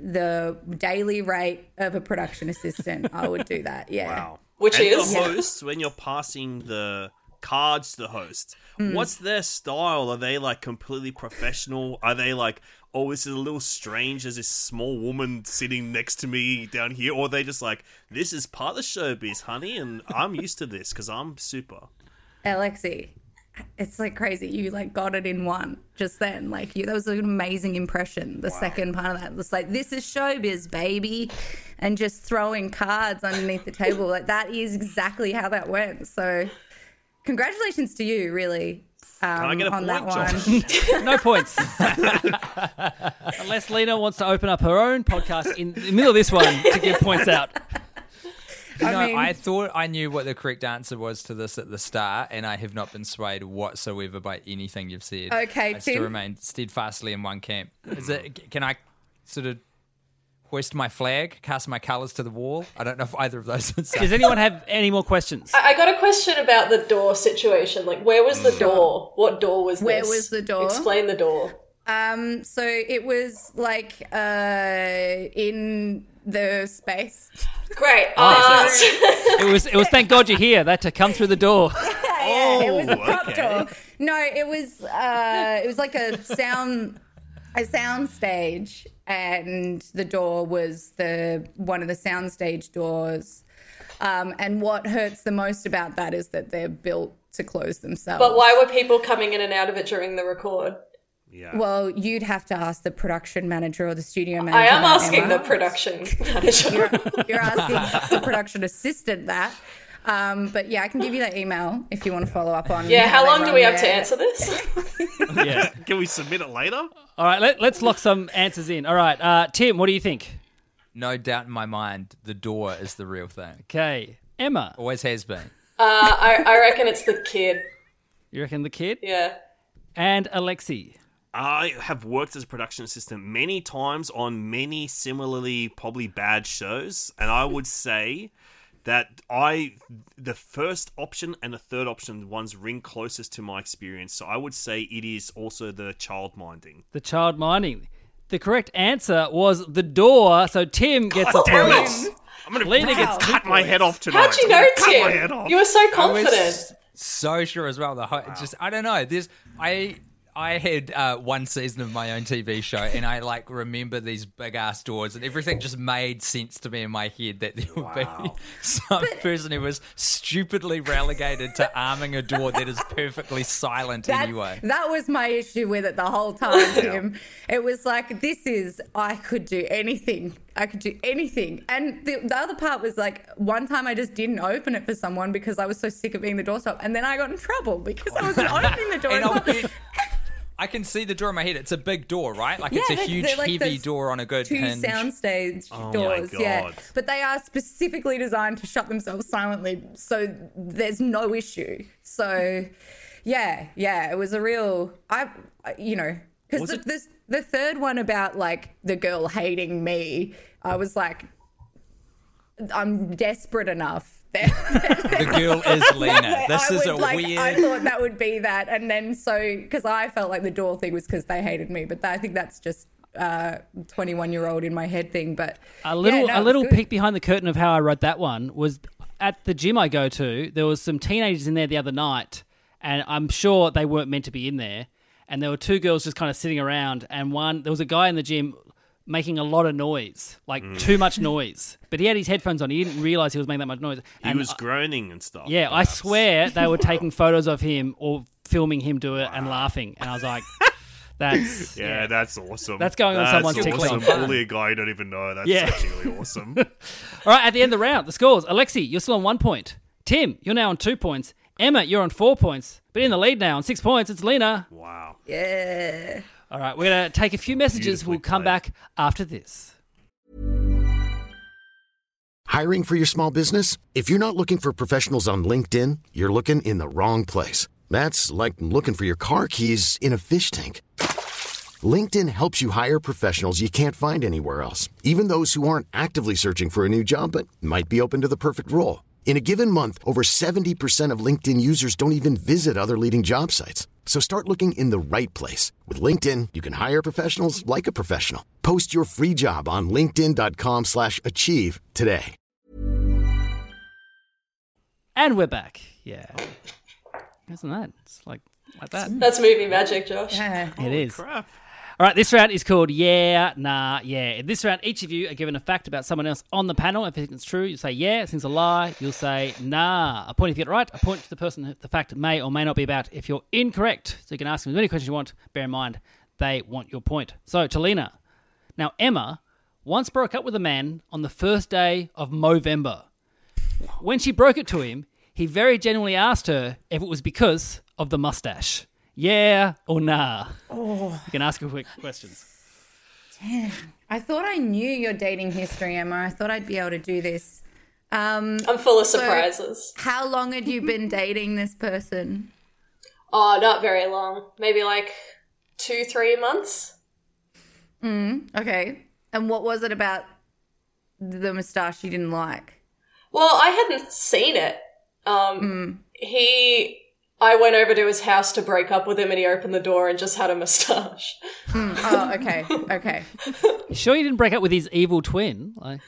Speaker 4: the daily rate of a production assistant, I would do that. Yeah.
Speaker 5: Wow.
Speaker 6: Which
Speaker 5: and
Speaker 6: is-
Speaker 5: the
Speaker 6: Yeah.
Speaker 5: host when you're passing the cards to the host.
Speaker 4: Hmm.
Speaker 5: What's their style? Are they like completely professional? Are they like, oh, this is a little strange? There's this small woman sitting next to me down here, or are they just like, this is part of the showbiz, honey, and I'm used to this because I'm super.
Speaker 4: Alexi, it's like crazy. You like got it in one just then. Like you, that was an amazing impression. The second part of that was like, this is showbiz, baby, and just throwing cards underneath the table. Like that is exactly how that went. So, congratulations to you, really. Um,
Speaker 5: Can I get a
Speaker 4: on that
Speaker 5: point,
Speaker 4: one.
Speaker 5: Josh?
Speaker 2: No points. Unless Lena wants to open up her own podcast in the middle of this one to give points out.
Speaker 3: You know,
Speaker 4: mean-
Speaker 3: I thought I knew what the correct answer was to this at the start, and I have not been swayed whatsoever by anything you've said.
Speaker 4: Okay,
Speaker 3: I still
Speaker 4: Tim.
Speaker 3: remain steadfastly in one camp. Is it? Can I sort of hoist my flag, cast my colours to the wall? I don't know if either of those. Is
Speaker 2: Does anyone have any more questions?
Speaker 6: I I got a question about the door situation. Like, where was the door? What door was
Speaker 4: Where
Speaker 6: this?
Speaker 4: was the door?
Speaker 6: Explain the door.
Speaker 4: Um, so it was like uh, in the space.
Speaker 6: Great. Uh,
Speaker 2: It was. It was. Thank God you're here. That to come through the door.
Speaker 4: Yeah, it was a
Speaker 5: Oh,
Speaker 4: prop
Speaker 5: okay.
Speaker 4: door. No, it was uh, it was like a sound a sound stage, and the door was the one of the soundstage doors. Um, and what hurts the most about that is that they're built to close themselves.
Speaker 6: But why were people coming in and out of it during the record?
Speaker 5: Yeah.
Speaker 4: Well, you'd have to ask the production manager or the studio manager.
Speaker 6: I am
Speaker 4: that,
Speaker 6: asking
Speaker 4: Emma.
Speaker 6: the production manager.
Speaker 4: You're asking the production assistant that. Um, but yeah, I can give you that email if you want to follow up on.
Speaker 6: Yeah, how
Speaker 4: they
Speaker 6: long do
Speaker 4: run
Speaker 6: we have to
Speaker 4: their-
Speaker 6: answer this?
Speaker 2: Yeah.
Speaker 5: Can we submit it later?
Speaker 2: All right, let, let's lock some answers in. All right, uh, Tim, what do you think?
Speaker 3: No doubt in my mind, the door is the real thing.
Speaker 2: Okay, Emma,
Speaker 3: Always has been.
Speaker 6: Uh, I, I reckon it's the kid.
Speaker 2: you reckon the kid?
Speaker 6: Yeah.
Speaker 2: And Alexi.
Speaker 5: I have worked as a production assistant many times on many similarly probably bad shows, and I would say that I the first option and the third option the ones ring closest to my experience. So I would say it is also the child minding.
Speaker 2: The child mining. The correct answer was the door. So Tim gets a
Speaker 5: Oh, Damn
Speaker 2: point.
Speaker 5: it! I'm gonna
Speaker 2: Lena gets
Speaker 5: cut my head off tonight.
Speaker 6: How'd you know,
Speaker 5: I'm gonna Cut my head
Speaker 6: Tim?
Speaker 5: off.
Speaker 6: You were so
Speaker 3: I was
Speaker 6: confident.
Speaker 3: so sure as well. The ho- just I don't know. There's I I had uh, one season of my own TV show, and I like remember these big ass doors, and everything just made sense to me in my head that there would be some person who was stupidly relegated to arming a door that is perfectly silent
Speaker 4: That's-
Speaker 3: anyway.
Speaker 4: That was my issue with it the whole time, Tim. It was like, this is, I could do anything. I could do anything. And the, the other part was like, one time I just didn't open it for someone because I was so sick of being the doorstop. And then I got in trouble because I wasn't opening the door.
Speaker 3: And
Speaker 4: in
Speaker 3: I'll
Speaker 4: time.
Speaker 3: bet- I can see the door in my head. It's a big door, right? Like it's
Speaker 4: Yeah,
Speaker 3: a
Speaker 4: they're-
Speaker 3: huge,
Speaker 4: they're like
Speaker 3: heavy
Speaker 4: those
Speaker 3: door on a good
Speaker 4: Two
Speaker 3: hinge.
Speaker 4: soundstage
Speaker 5: Oh my
Speaker 4: doors, yeah,
Speaker 5: God.
Speaker 4: but they are specifically designed to shut themselves silently, so there's no issue. So, yeah, yeah, it was a real, I, I- you know, because
Speaker 5: Was
Speaker 4: the,
Speaker 5: it-
Speaker 4: this- the third one about like the girl hating me, I was like, I'm desperate enough.
Speaker 3: the girl is Lena. This
Speaker 4: I
Speaker 3: is
Speaker 4: would,
Speaker 3: a
Speaker 4: like,
Speaker 3: weird.
Speaker 4: I thought that would be that, and then so because I felt like the door thing was because they hated me, but I think that's just uh, twenty-one-year-old in my head thing. But
Speaker 2: A little,
Speaker 4: yeah, no, it
Speaker 2: a
Speaker 4: was
Speaker 2: little
Speaker 4: good.
Speaker 2: peek behind the curtain of how I wrote that one was at the gym I go to. There was some teenagers in there the other night, and I'm sure they weren't meant to be in there. And there were two girls just kind of sitting around, and one there was a guy in the gym making a lot of noise, like
Speaker 5: Mm.
Speaker 2: too much noise. But he had his headphones on. He didn't realize he was making that much noise.
Speaker 5: He
Speaker 2: And
Speaker 5: was groaning and stuff.
Speaker 2: Yeah, I swear they were taking photos of him or filming him do it and laughing. And I was like, that's.
Speaker 5: Yeah, that's awesome.
Speaker 2: That's going on
Speaker 5: That's
Speaker 2: someone's
Speaker 5: awesome.
Speaker 2: TikTok.
Speaker 5: Bully a guy you don't even know. That's
Speaker 2: Yeah.
Speaker 5: actually awesome.
Speaker 2: All right, at the end of the round, the scores Alexi, you're still on one point. Tim, you're now on two points. Emma, you're on four points. But in the lead now on six points, it's Lena.
Speaker 5: Wow.
Speaker 4: Yeah.
Speaker 2: All right, we're going to take a few messages.
Speaker 5: Beautifully
Speaker 2: We'll come
Speaker 5: played.
Speaker 2: back after this.
Speaker 7: Hiring for your small business? If you're not looking for professionals on LinkedIn, you're looking in the wrong place. That's like looking for your car keys in a fish tank. LinkedIn helps you hire professionals you can't find anywhere else, even those who aren't actively searching for a new job but might be open to the perfect role. In a given month, over 70% of LinkedIn users don't even visit other leading job sites. So start looking in the right place. With LinkedIn, you can hire professionals like a professional. Post your free job on linkedin.com/achieve slash achieve today.
Speaker 2: And we're back. Yeah. Isn't that? It's like, like that.
Speaker 6: That's movie magic, Josh.
Speaker 4: Yeah.
Speaker 2: It is.
Speaker 5: Crap.
Speaker 2: All right, this round is called Yeah, Nah, Yeah. In this round, each of you are given a fact about someone else on the panel. If you think it's true, you say yeah. If you think it's a lie, you'll say nah. A point if you get it right, a point to the person that the fact may or may not be about. If you're incorrect, so you can ask them as many questions you want. Bear in mind, they want your point. So, Talina. Now, Emma once broke up with a man on the first day of Movember. When she broke it to him, he very genuinely asked her if it was because of the mustache. Yeah or nah? You can ask her quick questions.
Speaker 4: I thought I knew your dating history, Emma. I thought I'd be able to do this. Um,
Speaker 6: I'm full of surprises.
Speaker 4: how long had you been dating this person?
Speaker 6: Oh, not very long. Maybe like two, three months.
Speaker 4: Okay. And what was it about the moustache you didn't like?
Speaker 6: Well, I hadn't seen it. Um, He. I went over to his house to break up with him and he opened the door and just had a moustache.
Speaker 4: Oh, okay. Okay.
Speaker 2: You sure you didn't break up with his evil twin? Like,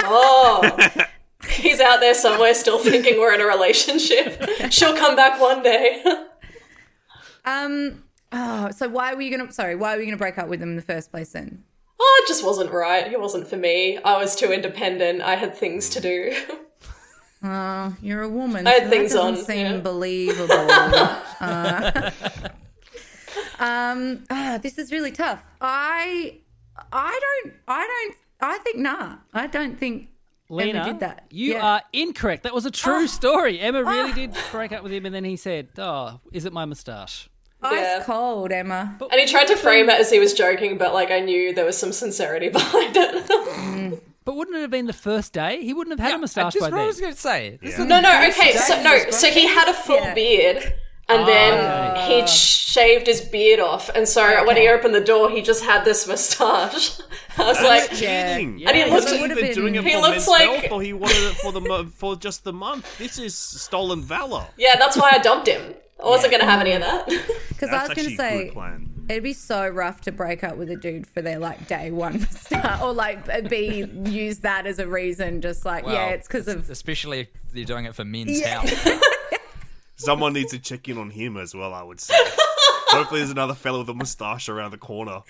Speaker 6: Oh. He's out there somewhere still thinking we're in a relationship. She'll come back one day.
Speaker 4: Um. Oh, so why were you gonna? Sorry, why were you gonna break up with them in the first place then?
Speaker 6: oh, it just wasn't right. It wasn't for me. I was too independent. I had things to do.
Speaker 4: Oh, you're a woman.
Speaker 6: I had
Speaker 4: so
Speaker 6: things
Speaker 4: that
Speaker 6: on,
Speaker 4: doesn't seem
Speaker 6: yeah.
Speaker 4: believable. Uh, um, ah, this is really tough. I, I don't, I don't, I think nah. I don't think
Speaker 2: Lena,
Speaker 4: Emma did that.
Speaker 2: you
Speaker 4: Yeah.
Speaker 2: are incorrect. That was a true story. Emma really did break up with him, and then he said, "Oh, is it my moustache?"
Speaker 4: ice
Speaker 6: Yeah.
Speaker 4: cold, Emma.
Speaker 6: and he tried to frame it as he was joking, but like I knew there was some sincerity behind it.
Speaker 2: But wouldn't it have been the first day? He wouldn't have had a
Speaker 3: I
Speaker 2: moustache
Speaker 3: just
Speaker 2: by
Speaker 3: what I
Speaker 2: then.
Speaker 3: was going to say. This is-
Speaker 6: No, no, okay, so
Speaker 3: James
Speaker 6: no,
Speaker 3: is
Speaker 6: so he had a full
Speaker 4: Yeah.
Speaker 6: beard, and then he shaved his beard off, and so when he opened the door, he just had this moustache. I was like,
Speaker 5: kidding.
Speaker 6: And he
Speaker 5: was
Speaker 6: looked-
Speaker 5: he
Speaker 6: It
Speaker 5: even
Speaker 4: would've
Speaker 5: doing it
Speaker 4: been-
Speaker 5: for
Speaker 6: He looks
Speaker 5: men's
Speaker 6: like-
Speaker 5: health, or he wanted it for the mo- for just the month? This is stolen valor.
Speaker 6: yeah, that's why I dumped him. I wasn't gonna have any of that.
Speaker 4: Because I
Speaker 5: That's
Speaker 4: was going
Speaker 5: actually
Speaker 4: to
Speaker 5: a
Speaker 4: say,
Speaker 5: good plan.
Speaker 4: it'd be so rough to break up with a dude for their like day one star, or like be use that as a reason. Just like yeah,
Speaker 3: Well,
Speaker 4: it's because of
Speaker 3: Especially if they're doing it for men's
Speaker 4: Yeah.
Speaker 3: health.
Speaker 5: Someone needs to check in on him as well. I would say. Hopefully, there's another fellow with a moustache around the corner.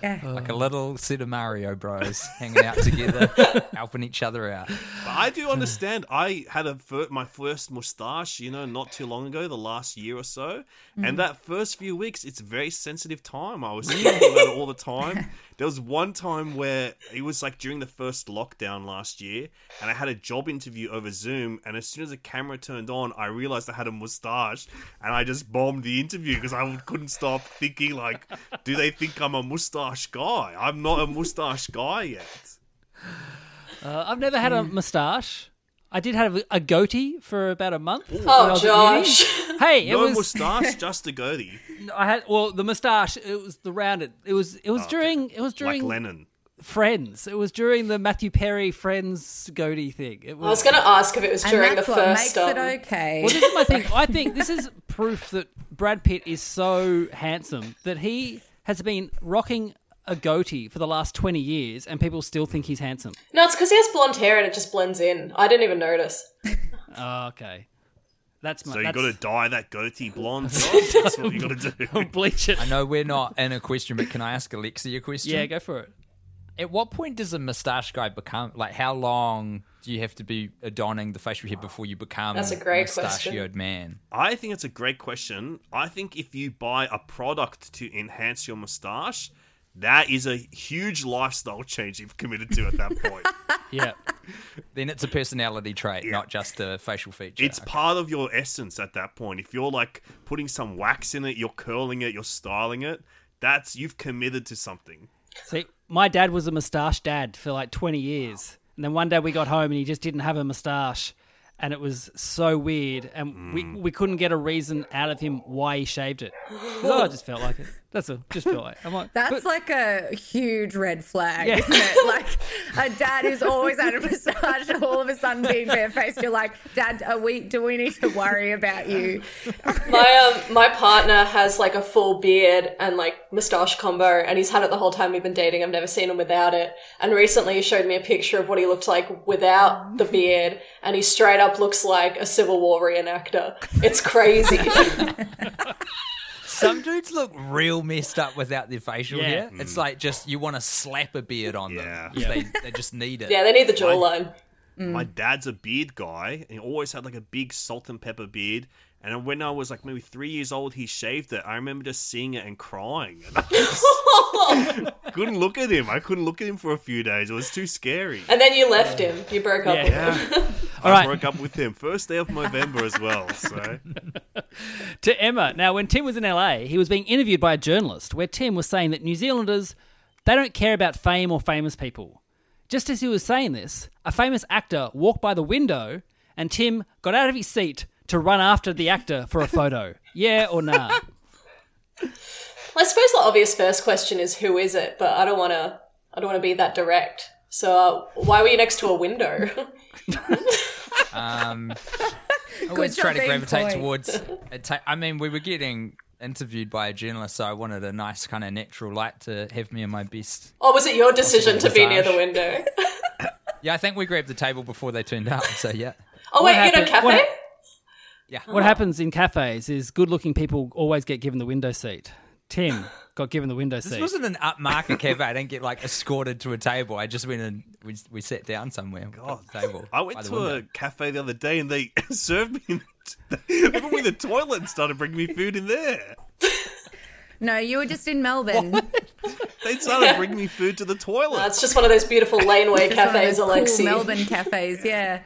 Speaker 3: Like a little set of Mario Bros hanging out together, helping each other out.
Speaker 5: But I do understand. I had a fir- my first moustache, you know, not too long ago, the last year or so.
Speaker 2: Mm.
Speaker 5: And that first few weeks, it's a very sensitive time. I was thinking about it all the time. There was one time where it was like during the first lockdown last year, and I had a job interview over Zoom. And as soon as the camera turned on, I realized I had a moustache, and I just bombed the interview because I couldn't stop thinking like, do they think I'm a moustache guy? I'm not a moustache guy yet.
Speaker 2: Uh, I've never had a moustache. I did have a, a goatee for about a month. when I
Speaker 6: oh,
Speaker 2: was at uni.
Speaker 6: Josh.
Speaker 2: Hey, it
Speaker 5: No
Speaker 2: was.
Speaker 5: moustache, just a goatee.
Speaker 2: I had well the moustache. It was the rounded. It was. It was during. It was during
Speaker 5: Oh, like Lennon.
Speaker 2: Friends. It was during the Matthew Perry Friends goatee thing. It was.
Speaker 6: I was gonna ask if it was during
Speaker 4: and that's
Speaker 6: the
Speaker 4: what
Speaker 6: first
Speaker 4: makes
Speaker 6: stop.
Speaker 4: it okay.
Speaker 2: Well, this is my thing. I think this is proof that Brad Pitt is so handsome that he has been rocking a goatee for the last 20 years and people still think he's handsome.
Speaker 6: No, it's because he has blonde hair and it just blends in. I didn't even notice.
Speaker 2: Oh, okay. That's my
Speaker 5: So you
Speaker 2: that's,
Speaker 5: got to dye that goatee blonde. Josh. That's what you got to do.
Speaker 2: bleach it.
Speaker 3: I know we're not in a question, but can I ask Alexia a question?
Speaker 2: Yeah, go for it.
Speaker 3: At what point does a moustache guy become like? How long do you have to be donning the facial hair before you become
Speaker 6: That's a great
Speaker 3: mustachioed
Speaker 6: question.
Speaker 3: man?
Speaker 5: I think it's a great question. I think if you buy a product to enhance your moustache, that is a huge lifestyle change you've committed to at that point.
Speaker 2: Yeah.
Speaker 3: Then it's a personality trait, not just a facial feature.
Speaker 5: It's part of your essence at that point. If you're like putting some wax in it, you're curling it, you're styling it. That's you've committed to something.
Speaker 2: See, my dad was a moustache dad for like 20 years. And then one day we got home and he just didn't have a moustache. And it was so weird. And we,
Speaker 5: Hmm.
Speaker 2: we couldn't get a reason out of him why he shaved it. He goes, Oh, I just felt like it. That's all. Just felt like it. I'm like,
Speaker 4: That's
Speaker 2: "But-
Speaker 4: like a huge red flag, isn't it? Like a dad who's always had a moustache, all of a sudden being barefaced. You're like, Dad, are we? Do we need to worry about you?
Speaker 6: My um, my partner has like a full beard and like moustache combo, and he's had it the whole time we've been dating. I've never seen him without it. And recently, he showed me a picture of what he looked like without the beard, and he straight up looks like a Civil War reenactor. It's crazy.
Speaker 3: Some dudes look real messed up without their facial
Speaker 2: Yeah.
Speaker 3: hair. It's like just you want to slap a beard on them.
Speaker 5: Mm. Yeah.
Speaker 3: They, they just need it.
Speaker 6: yeah, they need the jawline.
Speaker 5: My dad's a beard guy, and he always had like a big salt and pepper beard. And when I was like maybe three years old, he shaved it. I remember just seeing it and crying. And I just- couldn't look at him. I couldn't look at him for a few days. It was too scary.
Speaker 6: And then you left him. You broke up. with him.
Speaker 5: I
Speaker 2: right.
Speaker 5: broke up with him first day of November as well. So
Speaker 2: to Emma. Now, when Tim was in LA, he was being interviewed by a journalist where Tim was saying that New Zealanders, they don't care about fame or famous people. Just as he was saying this, a famous actor walked by the window and Tim got out of his seat to run after the actor for a photo. yeah or nah?
Speaker 6: I suppose the obvious first question is who is it, but I don't want to. I don't want to be that direct. So uh, why were you next to a window?
Speaker 3: Um, I always
Speaker 4: job
Speaker 3: try to
Speaker 4: being
Speaker 3: gravitate
Speaker 4: coy.
Speaker 3: towards. it ta- I mean, we were getting interviewed by a journalist, so I wanted a nice kind of natural light to have me in my best.
Speaker 6: or was it your decision to be near the
Speaker 3: Massage.
Speaker 6: window?
Speaker 3: Yeah, I think we grabbed the table before they turned up. So yeah,
Speaker 6: Oh
Speaker 2: What
Speaker 6: wait, you know,
Speaker 2: happened-
Speaker 6: cafe.
Speaker 2: what-
Speaker 3: yeah.
Speaker 2: What happens in cafes is good looking people always get given the window seat. Tim got given the window
Speaker 3: This
Speaker 2: seat.
Speaker 3: wasn't an upmarket cafe. I didn't get like escorted to a table. I just went and we, we sat down somewhere. God, table.
Speaker 5: I
Speaker 3: by
Speaker 5: went
Speaker 3: the
Speaker 5: to
Speaker 3: window.
Speaker 5: a cafe the other day and they served me. They opened me the toilet and started bringing me food in there.
Speaker 4: No, you were just in Melbourne.
Speaker 5: They started bringing me food to the toilet.
Speaker 6: That's just one of those beautiful laneway
Speaker 4: It's one of
Speaker 6: cafes,
Speaker 4: those
Speaker 6: Alexi.
Speaker 4: Cool Melbourne cafes, yeah.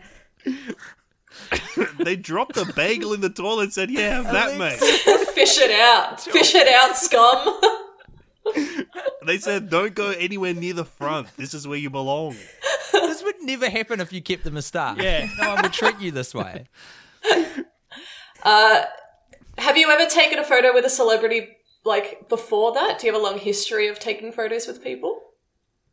Speaker 5: They dropped a bagel in the toilet and said, "Yeah, have that, mate."
Speaker 6: Fish it out. Fish it out, scum.
Speaker 5: They said, "Don't go anywhere near the front. This is where you belong."
Speaker 3: This would never happen if you kept the moustache.
Speaker 2: Yeah.
Speaker 3: no one would treat you this way.
Speaker 6: Have you ever taken a photo with a celebrity like before that? Do you have a long history of taking photos with people?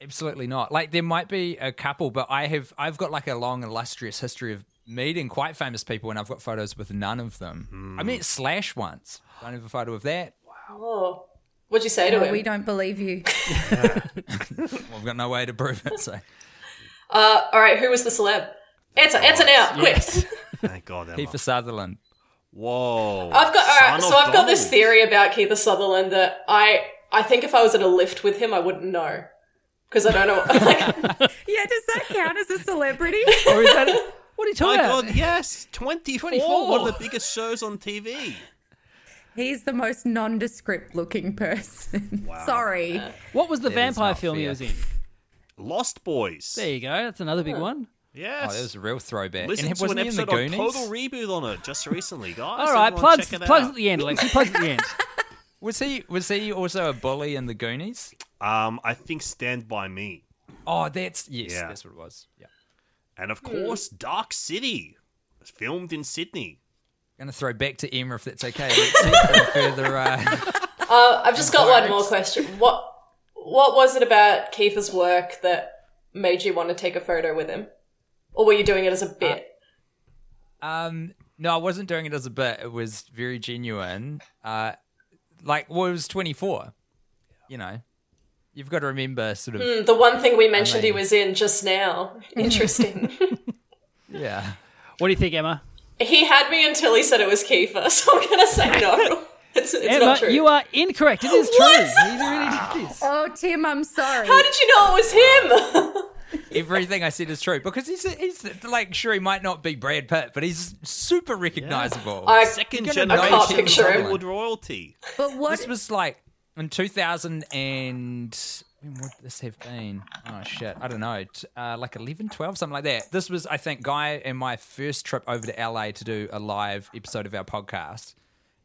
Speaker 3: Absolutely not. Like there might be a couple, but I have I've got like a long illustrious history of meeting quite famous people, and I've got photos with none of them.
Speaker 5: Hmm.
Speaker 3: I met Slash once. Don't have a photo of that.
Speaker 6: Oh. What'd you say to
Speaker 4: No,
Speaker 6: him?
Speaker 4: we don't believe you.
Speaker 3: Well, I've got no way to prove it. So
Speaker 6: Uh, all right, who was the celeb? Answer, answer now, quick.
Speaker 5: Thank God, Emma.
Speaker 3: Kiefer Sutherland.
Speaker 5: Whoa!
Speaker 6: I've got all right.
Speaker 5: Son
Speaker 6: So I've got
Speaker 5: Donald.
Speaker 6: this theory about Keith Sutherland that I I think if I was in a lift with him, I wouldn't know because I don't know. Like,
Speaker 4: Yeah, does that count as a celebrity?
Speaker 2: Or is that- what are you
Speaker 5: My
Speaker 2: talking about?
Speaker 5: God, yes, 24,
Speaker 2: 24.
Speaker 5: One of the biggest shows on TV.
Speaker 4: He's the most nondescript looking person. Sorry.
Speaker 2: What was the vampire
Speaker 3: not
Speaker 2: film he
Speaker 3: fair.
Speaker 2: was in?
Speaker 5: Lost Boys.
Speaker 2: There you go. That's another big one.
Speaker 5: Yes.
Speaker 3: Oh, that was a real throwback.
Speaker 5: Listen
Speaker 3: and
Speaker 5: to
Speaker 3: wasn't
Speaker 5: an
Speaker 3: he in the
Speaker 5: episode of
Speaker 3: Goonies?
Speaker 5: Total Reboot on it just recently, guys.
Speaker 2: All right,
Speaker 5: Everyone
Speaker 2: plugs,
Speaker 5: check it
Speaker 2: plugs
Speaker 5: out.
Speaker 2: at the end, Alexi. Plugs at the end.
Speaker 3: was he was he also a bully in the Goonies?
Speaker 5: Um, I think Stand By Me.
Speaker 3: Oh, that's yes,
Speaker 5: Yeah.
Speaker 3: that's what it was. Yeah.
Speaker 5: And of course, Dark City. It's Filmed in Sydney.
Speaker 3: Gonna throw back to Emma if that's okay. Alexi, for further uh,
Speaker 6: uh, I've just got one more question. What what was it about Keith's work that made you want to take a photo with him, or were you doing it as a bit?
Speaker 3: Um, no, I wasn't doing it as a bit. It was very genuine. Uh, like, well, it was 24. You know, you've got to remember, sort of,
Speaker 6: the one thing we mentioned he
Speaker 3: mean-
Speaker 6: was in just now. Interesting.
Speaker 3: yeah.
Speaker 2: What do you think, Emma?
Speaker 6: he had me until he said it was Kiefer, so I'm gonna say no. It's, it's
Speaker 2: Emma,
Speaker 6: not true.
Speaker 2: you are incorrect. It is true.
Speaker 6: What?
Speaker 2: He really did this.
Speaker 4: Oh, Tim, I'm sorry.
Speaker 6: How did you know it was him?
Speaker 3: Everything I said is true because he's he's like sure he might not be Brad Pitt, but he's super recognizable.
Speaker 6: I,
Speaker 5: Second
Speaker 3: gonna
Speaker 6: know
Speaker 5: generation
Speaker 6: picture him.
Speaker 5: Hollywood royalty.
Speaker 4: But what
Speaker 3: This was like in 2000 and when would this have been? Oh shit, I don't know. T- Uh, like 11, 12, something like that. This was, I think, Guy and my first trip over to LA to do a live episode of our podcast.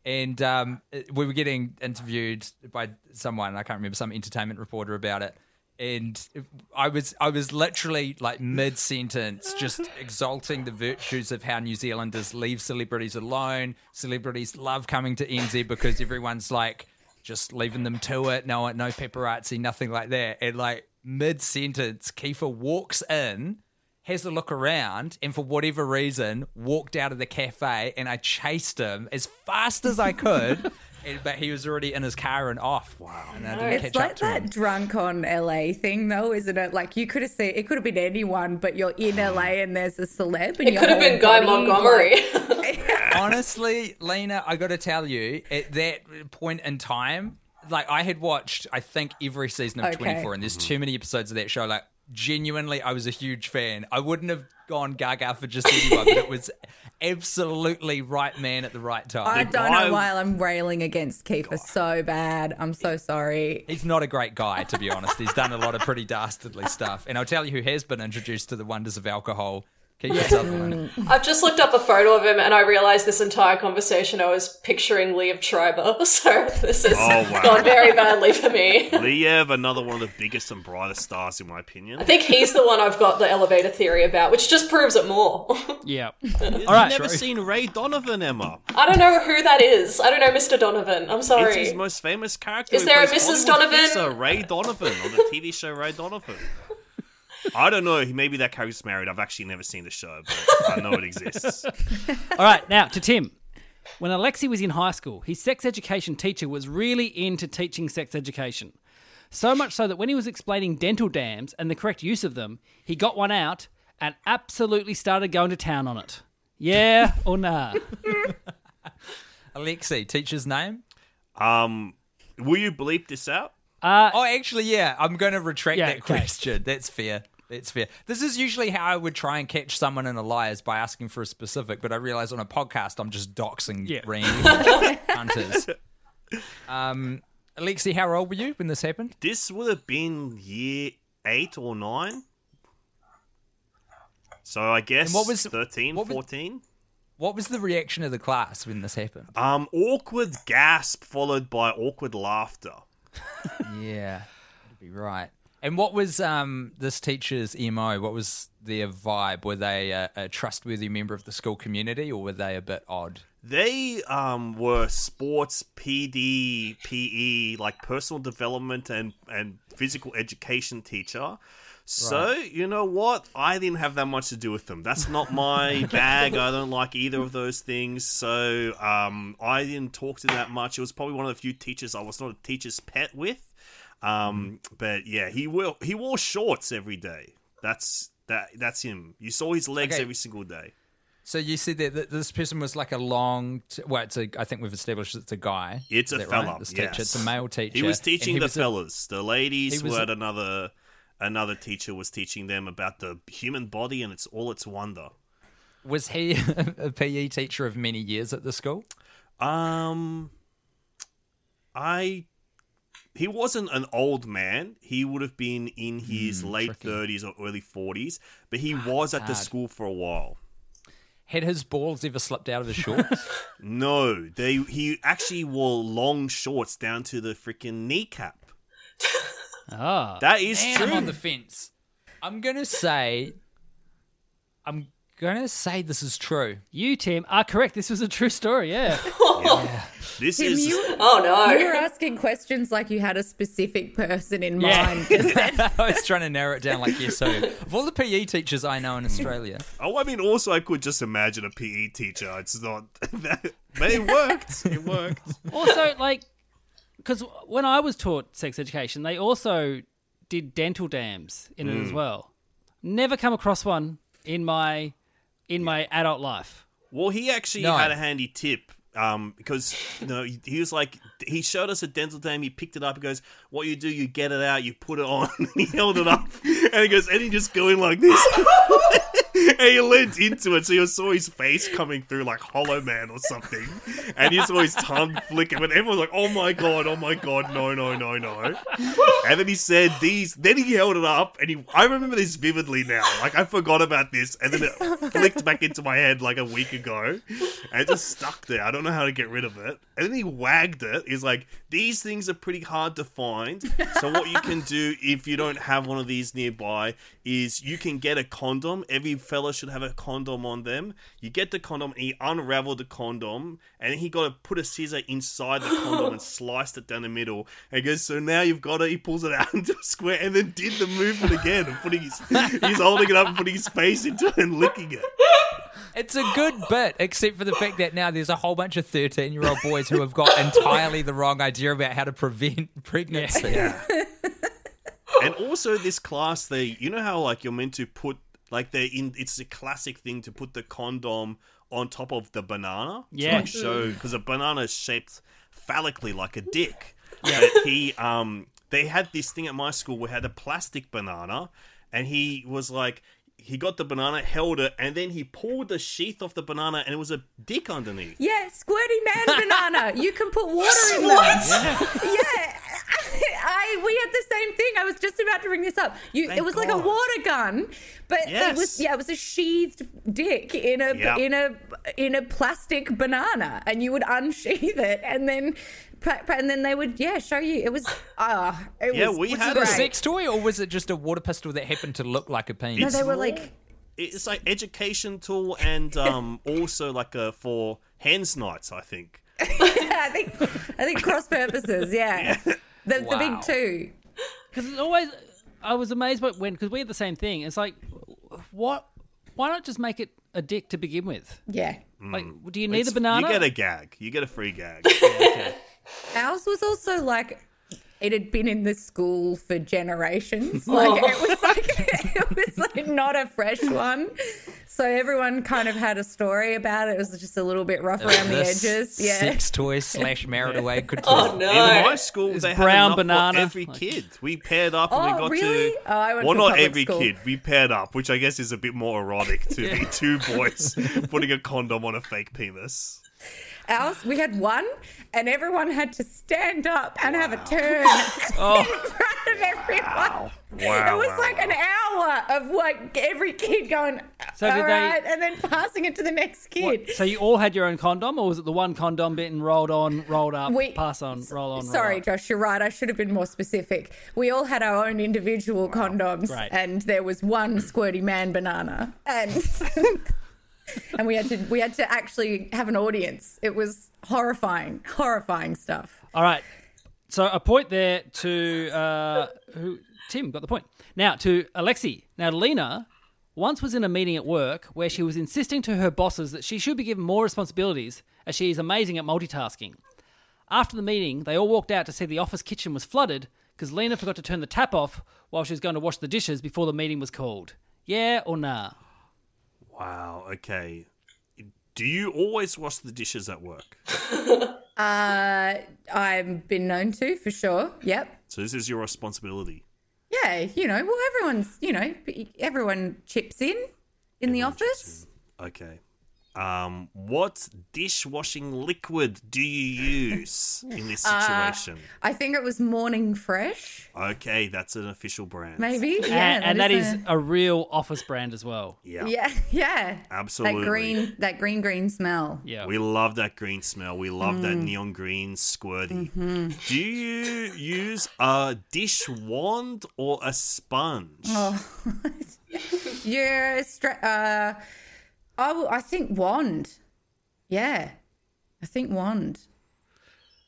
Speaker 3: And um, it- we were getting interviewed by someone, I can't remember, some entertainment reporter about it. And I was, I was literally like mid sentence, just exalting the virtues of how New Zealanders leave celebrities alone. Celebrities love coming to NZ because everyone's like, just leaving them to it. No, no paparazzi, nothing like that. And like mid sentence, Kiefer walks in, has a look around, and for whatever reason, walked out of the cafe. And I chased him as fast as I could, and, but he was already in his car and off. Wow, and I didn't catch
Speaker 4: it's
Speaker 3: up
Speaker 4: like
Speaker 3: to
Speaker 4: that
Speaker 3: him.
Speaker 4: drunk on LA thing, though, isn't it? Like you could have seen it could have been anyone, but you're in LA and there's a celeb. And
Speaker 6: it
Speaker 4: your
Speaker 6: could have
Speaker 4: whole
Speaker 6: been Guy
Speaker 4: body,
Speaker 6: Montgomery.
Speaker 3: Honestly, Lena, I got to tell you, at that point in time, like I had watched, I think every season of
Speaker 4: Okay.
Speaker 3: 24, and there's too many episodes of that show. Like, genuinely, I was a huge fan. I wouldn't have gone gaga for just anyone, but it was absolutely right man at the right
Speaker 4: I
Speaker 3: time.
Speaker 4: don't
Speaker 5: guy-
Speaker 4: know why I'm railing against Kiefer so bad. I'm so sorry.
Speaker 3: He's not a great guy, to be honest. He's done a lot of pretty dastardly stuff. And I'll tell you who has been introduced to the wonders of alcohol. Keep Sutherland.
Speaker 6: I've just looked up a photo of him and I realized this entire conversation I was picturing Lee of Triber, so this has
Speaker 5: Oh, wow.
Speaker 6: gone very badly for me.
Speaker 5: Liev, another one of the biggest and brightest stars, in my opinion.
Speaker 6: I think he's the one I've got the elevator theory about, which just proves it more.
Speaker 2: Yeah.
Speaker 5: You've
Speaker 2: right.
Speaker 5: never seen Ray Donovan, Emma.
Speaker 6: I don't know who that is. I don't know Mr. Donovan. I'm
Speaker 5: It's
Speaker 6: sorry.
Speaker 5: his most famous character.
Speaker 6: Is
Speaker 5: He
Speaker 6: there a
Speaker 5: plays Hollywood
Speaker 6: Mrs. Donovan?
Speaker 5: fixer Ray Donovan on the TV show Ray Donovan. I don't know. Maybe that character's married. I've actually never seen the show, but I know it exists.
Speaker 2: All right, now to Tim. When Alexi was in high school, his sex education teacher was really into teaching sex education. So much so that when he was explaining dental dams and the correct use of them, he got one out and absolutely started going to town on it. Yeah or nah?
Speaker 3: Alexei, teacher's name?
Speaker 5: Um, Will you bleep this out?
Speaker 3: Oh, actually, yeah. I'm going to retract
Speaker 2: Uh, Yeah,
Speaker 3: that
Speaker 2: okay.
Speaker 3: question. That's fair. That's fair. This is usually how I would try and catch someone in a lie is by asking for a specific, but I realize on a podcast I'm just doxing
Speaker 2: Yeah.
Speaker 3: random hunters. Um, Alexi, how old were you when this happened?
Speaker 5: This would have been year eight or nine. So I guess
Speaker 3: And what was-
Speaker 5: 13,
Speaker 3: what was-
Speaker 5: 14?
Speaker 3: What was the reaction of the class when this happened?
Speaker 5: Um, awkward gasp followed by awkward laughter.
Speaker 3: Yeah, that'd be right. And what was um, this teacher's mo? What was their vibe? Were they a, a trustworthy member of the school community, or were they a bit odd?
Speaker 5: They um, were sports, PD, PE, E, like personal development and, and physical education teacher. So, you know what? I didn't have that much to do with them. That's not my bag. I don't like either of those things. So, um, I didn't talk to them that much. It was probably one of the few teachers I was not a teacher's pet with. Um, but yeah, he will. He wore shorts every day. That's that. That's him. You saw his legs
Speaker 3: Okay.
Speaker 5: every single day.
Speaker 3: So you said that th- this person was like a long. T- well, it's a. I think we've established it's a guy.
Speaker 5: It's
Speaker 3: Is
Speaker 5: a
Speaker 3: that
Speaker 5: fella.
Speaker 3: This teacher.
Speaker 5: yes.
Speaker 3: It's a male teacher.
Speaker 5: He was
Speaker 3: and
Speaker 5: teaching the
Speaker 3: was a-
Speaker 5: fellas. The ladies
Speaker 3: he was
Speaker 5: were
Speaker 3: a-
Speaker 5: at another another teacher was teaching them about the human body and it's all its wonder.
Speaker 3: was he a PE teacher of many years at the school?
Speaker 5: Um I he wasn't an old man. He would have been in his
Speaker 3: Hmm,
Speaker 5: late thirties or early forties, but he
Speaker 3: Ah,
Speaker 5: was at the school for a while.
Speaker 3: Had his balls ever slipped out of his shorts?
Speaker 5: No, they he actually wore long shorts down to the freaking kneecap.
Speaker 2: Ah.
Speaker 5: That is
Speaker 3: Man,
Speaker 5: true.
Speaker 3: I'm on the fence. I'm gonna say. I'm gonna say this is true.
Speaker 2: You, Tim, are correct. This was a true story, yeah.
Speaker 5: This
Speaker 4: Tim,
Speaker 5: is
Speaker 4: you,
Speaker 6: Oh no.
Speaker 4: you were asking questions like you had a specific person in
Speaker 2: Yeah.
Speaker 4: mind.
Speaker 3: I was trying to narrow it down like yes, so of all the PE teachers I know in Australia,
Speaker 5: Oh, I mean, also, I could just imagine a PE teacher. It's not that, but it worked. It worked.
Speaker 2: also, like, because when I was taught sex education, they also did dental dams in it as
Speaker 5: Mm.
Speaker 2: well. Never come across one in my in my adult life.
Speaker 5: Well, he actually
Speaker 3: No.
Speaker 5: had a handy tip um, because you know he he was like he showed us a dental dam. He picked it up. He goes, "What you do, you get it out. You put it on." and he held it up, and he goes, and he just going like this. And he leant into it, so you saw his face coming through like Hollow Man or something, and you saw his tongue flicker. But everyone was like, "Oh my god, oh my god, no, no, no, no!" And then he said these. Then he held it up, and he. I remember this vividly now. Like I forgot about this, and then it flicked back into my head like a week ago, and it just stuck there. I don't know how to get rid of it. And then he wagged it. He's like, "These things are pretty hard to find. So what you can do if you don't have one of these nearby is you can get a condom. Every fella should have a condom on them. You get the condom, and he unraveled the condom, and he got to put a scissor inside the condom and sliced it down the middle. And he goes, so now you've got it. He pulls it out into a square, and then did the movement again, and putting his he's holding it up and putting his face into it and licking it.
Speaker 3: it's a good bit, except for the fact that now there's a whole bunch of 13 year old boys who have got entirely the wrong idea about how to prevent pregnancy.
Speaker 5: and also this class they you know how like you're meant to put like they're in it's a classic thing to put the condom on top of the banana
Speaker 2: Yeah.
Speaker 5: to like show because a banana is shaped phallically like a dick but he um they had this thing at my school where had a plastic banana and he was like he got the banana held it and then he pulled the sheath off the banana and it was a dick underneath
Speaker 4: yeah, squirty man banana. You can put water in them. yeah. I we had the same thing. I was just about to bring this up. You,
Speaker 5: Thank
Speaker 4: it was like a
Speaker 5: God.
Speaker 4: water gun, but it
Speaker 5: Yes.
Speaker 4: was yeah, it was a sheathed dick in a
Speaker 5: Yeah.
Speaker 4: in a in a plastic banana, and you would unsheath it, and then pra- pra- and then they would yeah show you. It was ah, it
Speaker 5: Yeah,
Speaker 4: was,
Speaker 5: we
Speaker 4: was
Speaker 5: had
Speaker 3: A
Speaker 5: Right.
Speaker 3: sex toy, or was it just a water pistol that happened to look like a
Speaker 4: No,
Speaker 3: penis?
Speaker 4: they were
Speaker 5: more-
Speaker 4: like
Speaker 5: it's like education tool and um also like a for hens nights i think
Speaker 4: yeah, I think I think cross purposes. Yeah, The, the
Speaker 3: Wow.
Speaker 4: big two.
Speaker 2: Because it's always, I was amazed by when, because we had the same thing. It's like, what, why not just make it a dick to begin with?
Speaker 4: Yeah.
Speaker 2: Like, do you need a
Speaker 5: Mm. It's-
Speaker 2: banana?
Speaker 5: You get a gag. You get a free gag.
Speaker 4: Ours was also like it had been in the school for generations. Like it was like it was like not a fresh one. So everyone kind of had a story about it. It was just a little bit rough around the
Speaker 3: This
Speaker 4: edges. Yeah.
Speaker 3: Sex toy slash marital aid could
Speaker 6: Oh
Speaker 5: In high
Speaker 6: no.
Speaker 5: school,
Speaker 2: It's
Speaker 5: they
Speaker 2: brown
Speaker 5: had enough
Speaker 2: banana,
Speaker 5: for every
Speaker 2: like-
Speaker 5: kid. We paired up and
Speaker 4: Oh,
Speaker 5: we got
Speaker 4: really?
Speaker 5: to.
Speaker 4: Oh, I went
Speaker 5: well,
Speaker 4: to
Speaker 5: not
Speaker 4: public
Speaker 5: every
Speaker 4: school.
Speaker 5: kid. We paired up, which I guess is a bit more erotic to be two boys putting a condom on a fake penis.
Speaker 4: Ours, we had one, and everyone had to stand up and have a turn in front of everyone.
Speaker 5: Wow,
Speaker 4: it was
Speaker 5: wow,
Speaker 4: like an hour of like every kid going,
Speaker 2: So did
Speaker 4: "All
Speaker 2: they-
Speaker 4: right," and then passing it to the next kid.
Speaker 2: What, so you all had your own condom, or was it the one condom bit and rolled on, rolled up,
Speaker 4: We-
Speaker 2: pass on, roll on? roll
Speaker 4: Sorry,
Speaker 2: up?
Speaker 4: Josh, you're right. I should have been more specific. We all had our own individual condoms,
Speaker 2: Great.
Speaker 4: and there was one squirty man banana, and and we had to we had to actually have an audience. It was horrifying, horrifying stuff.
Speaker 2: All right. So a point there to uh, who? Tim got the point. Now to Alexi. Now Lena once was in a meeting at work where she was insisting to her bosses that she should be given more responsibilities as she is amazing at multitasking. After the meeting, they all walked out to see the office kitchen was flooded because Lena forgot to turn the tap off while she was going to wash the dishes before the meeting was called. Yeah or nah?
Speaker 5: Wow. Okay. Do you always wash the dishes at work?
Speaker 4: Uh, I've been known to for sure. Yep.
Speaker 5: So this is your responsibility.
Speaker 4: Yeah, you know, well, everyone's, you know, everyone chips in in the office.
Speaker 5: Okay. Um, what dishwashing liquid do you use in this
Speaker 4: Uh,
Speaker 5: situation?
Speaker 4: I think it was Morning Fresh,
Speaker 5: okay, that's an official brand.
Speaker 4: maybe.
Speaker 2: and, and that is a real office brand as well.
Speaker 5: Yeah.
Speaker 4: a- yeah, yeah.
Speaker 5: Absolutely.
Speaker 4: That green, that green, green smell.
Speaker 2: Yeah.
Speaker 5: We love that green smell. We love that
Speaker 4: Mm.
Speaker 5: neon green squirty.
Speaker 4: Mm-hmm.
Speaker 5: Do you use a dish wand or a sponge?
Speaker 4: Oh. Yeah, stra- uh, I, w- I think wand. Yeah, I think wand.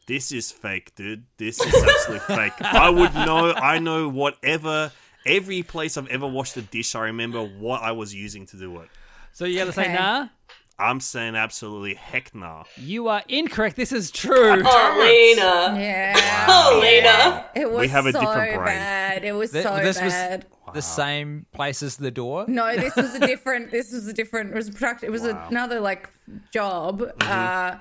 Speaker 5: This is fake, dude. This is absolutely fake. I would know. I know whatever. Every place I've ever washed a dish, I remember what I was using to do it.
Speaker 2: so you got to say
Speaker 4: Okay.
Speaker 2: nah.
Speaker 5: I'm saying absolutely heck nah.
Speaker 2: You are incorrect. This is true.
Speaker 6: Oh, Lena.
Speaker 4: Yeah,
Speaker 6: Oh, Lena.
Speaker 4: it was
Speaker 5: We have a
Speaker 4: so
Speaker 5: different brain.
Speaker 4: bad. It was
Speaker 3: Th-
Speaker 4: so
Speaker 3: this was-
Speaker 4: bad.
Speaker 3: the same place as the door.
Speaker 4: No, this was a different. this was a different. It was a product. It was another like job.
Speaker 5: Mm-hmm.
Speaker 4: Uh,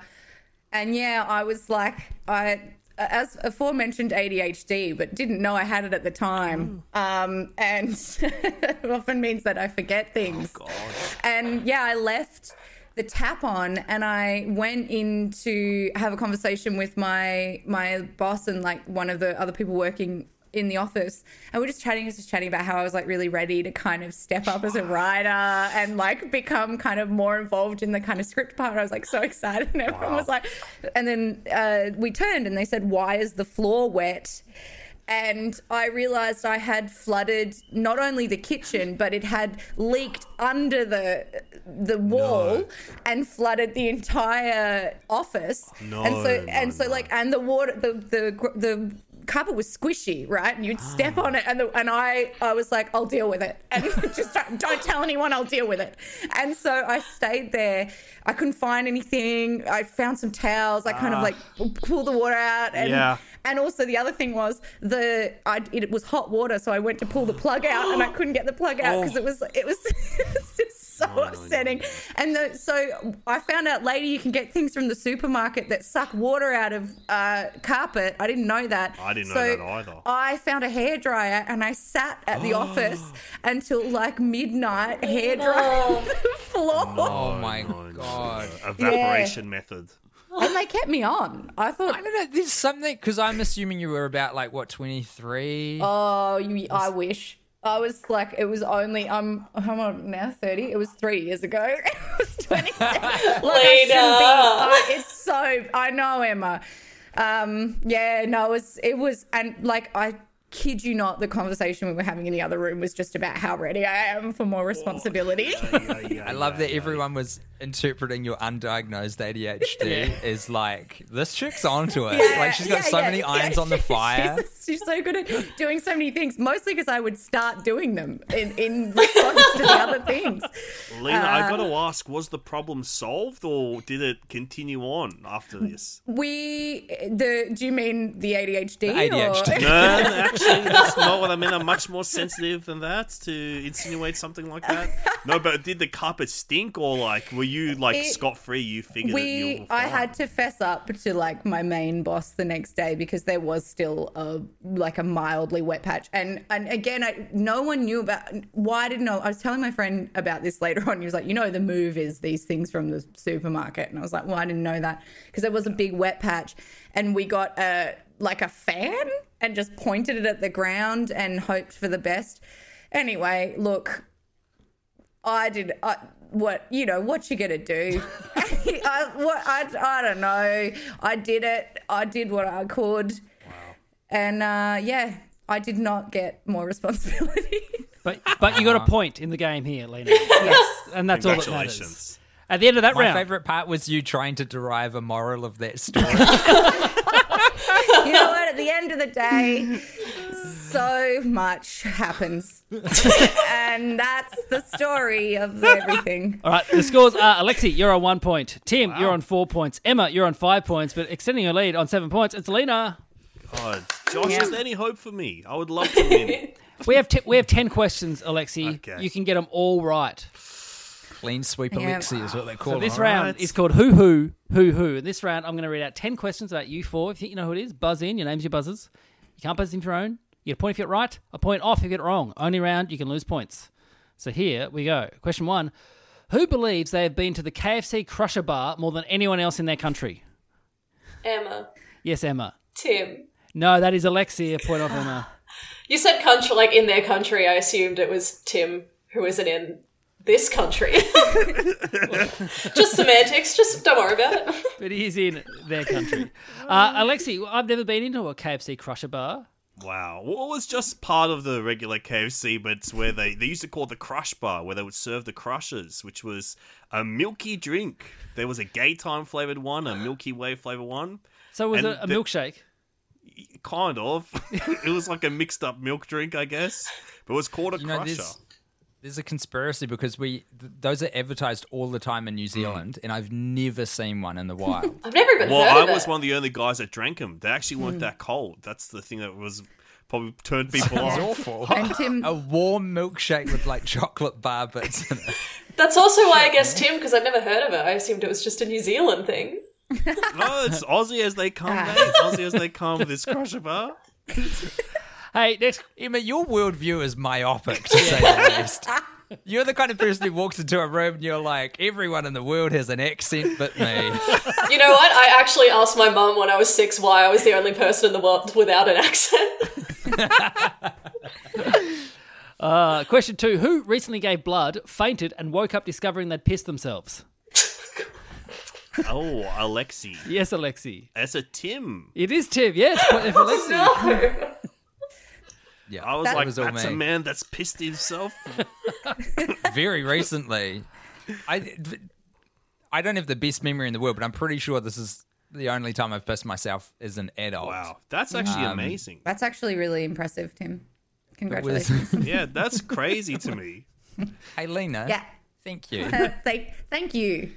Speaker 4: and yeah, I was like, I as aforementioned ADHD, but didn't know I had it at the time. Um, and it often means that I forget things. And yeah, I left the tap on and I went in to have a conversation with my my boss and like one of the other people working in the office and we're just chatting just chatting about how I was like really ready to kind of step up as a writer and like become kind of more involved in the kind of script part I was like so excited and everyone was like and then uh, we turned and they said why is the floor wet and I realized I had flooded not only the kitchen, but it had leaked under the the wall and flooded the entire office.
Speaker 5: No,
Speaker 4: and so
Speaker 5: no,
Speaker 4: and so like and the water the the gr- the carpet was squishy, right? And you'd step on it, and the, and I I was like, I'll deal with it, and just don't, don't tell anyone, I'll deal with it. And so I stayed there. I couldn't find anything. I found some towels. I kind of like pulled the water out, and
Speaker 5: Ah. Yeah.
Speaker 4: and also the other thing was the I, it was hot water, so I went to pull the plug out and I couldn't get the plug
Speaker 5: Oh.
Speaker 4: out because it was it was it's just so upsetting. And the, so I found out later you can get things from the supermarket that suck water out of uh, carpet. I didn't know that.
Speaker 5: I didn't know
Speaker 4: So
Speaker 5: that either.
Speaker 4: I found a hairdryer and I sat at the office until like midnight hairdrying the floor.
Speaker 3: Oh my
Speaker 5: No, no, no.
Speaker 3: god.
Speaker 5: Evaporation method.
Speaker 4: And they kept me on. I thought,
Speaker 3: I don't know. There's something because I'm assuming you were about like what 23.
Speaker 4: Oh, you, I wish. I was like, it was only um, I'm how on now thirty. It was three years ago. It was twenty. like I shouldn't be.
Speaker 6: Later.
Speaker 4: I- it's so I know Emma. Um, yeah, no, it was it was and like I kid you not, the conversation we were having in the other room was just about how ready I am for more responsibility.
Speaker 5: Yeah, yeah,
Speaker 3: I love that everyone was interpreting your undiagnosed ADHD is like this chick's onto it. like she's got
Speaker 4: yeah,
Speaker 3: so
Speaker 4: yeah,
Speaker 3: many
Speaker 4: yeah.
Speaker 3: irons on the fire.
Speaker 4: She's, she's so good at doing so many things, mostly because I would start doing them in, in response to the other things.
Speaker 5: Lena, I gotta
Speaker 4: Uh,
Speaker 5: ask, was the problem solved or did it continue on after this?
Speaker 4: We the do you mean the ADHD?
Speaker 3: ADHD.
Speaker 5: No, actually, that's not what I mean. I'm much more sensitive than that to insinuate something like that. No, but did the carpet stink or like were you like
Speaker 4: It-
Speaker 5: scot free? You figured it, you
Speaker 4: we
Speaker 5: were
Speaker 4: i
Speaker 5: fine?
Speaker 4: had to fess up to like my main boss the next day because there was still a like a mildly wet patch and and again I, no one knew about why didn't I, I was telling my friend about this later on he was like you know the move is these things from the supermarket and i was like well i didn't know that because there was a big wet patch and we got a like a fan and just pointed it at the ground and hoped for the best anyway look I did I, what you know what you gonna do. I, what, I, I don't know. I did it. I did what I could. And uh, yeah, I did not get more responsibility.
Speaker 2: But but you got a
Speaker 5: Uh-huh.
Speaker 2: point in the game here, Lena. Yes, and that's all that matters.
Speaker 5: Congratulations.
Speaker 2: At the end of that
Speaker 3: My
Speaker 2: round,
Speaker 3: favorite part was you trying to derive a moral of that story.
Speaker 4: you know what? At the end of the day, so much happens, and that's the story of everything.
Speaker 2: All right, the scores are Alexi, you're on one point. Tim, you're on four points. Emma, you're on five points, but extending your lead on seven points, it's Lena.
Speaker 5: God, Oh, Josh, is there any hope for me? I would love to win.
Speaker 2: We have te- we have ten questions, Alexi.
Speaker 5: Okay.
Speaker 2: You can get them all right.
Speaker 3: Clean sweep
Speaker 4: Yeah.
Speaker 3: Alexi is what they call
Speaker 2: So this
Speaker 3: her.
Speaker 2: round
Speaker 5: right.
Speaker 2: is called Who Who Who Who. And this round, I'm going to read out ten questions about you four. If you think you know who it is, buzz in. Your name's your buzzers. You can't buzz in for your own. You get a point if you get it right, a point off if you get it wrong. Only round you can lose points. So here we go. Question one: Who believes they have been to the KFC Crusher Bar more than anyone else in their country?
Speaker 6: Emma,
Speaker 2: Yes, Emma.
Speaker 6: Tim.
Speaker 2: No, that is Alexia. Point off Emma.
Speaker 6: You said country, like in their country. I assumed it was Tim who isn't in this country. just semantics. Just don't worry about it.
Speaker 2: But he is in their country. Uh, Alexi, I've never been into a KFC Crusher bar.
Speaker 5: Wow. What was just part of the regular KFC, but it's where they, they used to call it the Crush Bar, where they would serve the Crushers, which was a milky drink. There was a gay time flavored one, a Milky Way flavored one.
Speaker 2: So it was
Speaker 5: And
Speaker 2: a, a
Speaker 5: the-
Speaker 2: milkshake.
Speaker 5: Kind of. it was like a mixed up milk drink, I guess. But it was called a
Speaker 3: You know,
Speaker 5: Crusher.
Speaker 3: there's, there's a conspiracy because we th- those are advertised all the time in
Speaker 4: Mm.
Speaker 3: New Zealand, and I've never seen one in the wild.
Speaker 6: I've never even heard
Speaker 5: Well,
Speaker 6: of
Speaker 5: I was
Speaker 6: it.
Speaker 5: one of the only guys that drank them. They actually weren't that cold. That's the thing that was probably turned people
Speaker 3: it's
Speaker 5: off.
Speaker 3: awful.
Speaker 4: And Tim,
Speaker 3: A warm milkshake with like chocolate bar bits. In it.
Speaker 6: That's also why I guess Tim, because I'd never heard of it. I assumed it was just a New Zealand thing.
Speaker 5: No, it's Aussie as they come, mate. Aussie as they come, this Crusher Bar.
Speaker 2: Hey, next.
Speaker 3: Emma, your worldview is myopic to say the least. You're the kind of person who walks into a room and you're like, everyone in the world has an accent but me.
Speaker 6: You know what? I actually asked my mum when I was six why I was the only person in the world without an accent.
Speaker 2: Uh, question two: Who recently gave blood, fainted, and woke up discovering they'd pissed themselves?
Speaker 5: Oh, Alexi.
Speaker 2: Yes, Alexi.
Speaker 5: That's a Tim.
Speaker 2: It is Tim. Yes, point there for Alexi.
Speaker 6: Oh, no.
Speaker 3: Yeah,
Speaker 5: I was
Speaker 3: that
Speaker 5: like,
Speaker 3: was all
Speaker 5: that's a
Speaker 3: me.
Speaker 5: man that's pissed himself.
Speaker 3: very recently. I I don't have the best memory in the world, but I'm pretty sure this is the only time I've pissed myself as an adult.
Speaker 5: wow, that's
Speaker 3: Um,
Speaker 5: actually amazing.
Speaker 4: that's actually really impressive, Tim.
Speaker 3: Was,
Speaker 4: Congratulations.
Speaker 5: Yeah, that's crazy to me.
Speaker 3: hey, Lena.
Speaker 4: Yeah. Uh,
Speaker 3: Thank you.
Speaker 4: thank, thank you.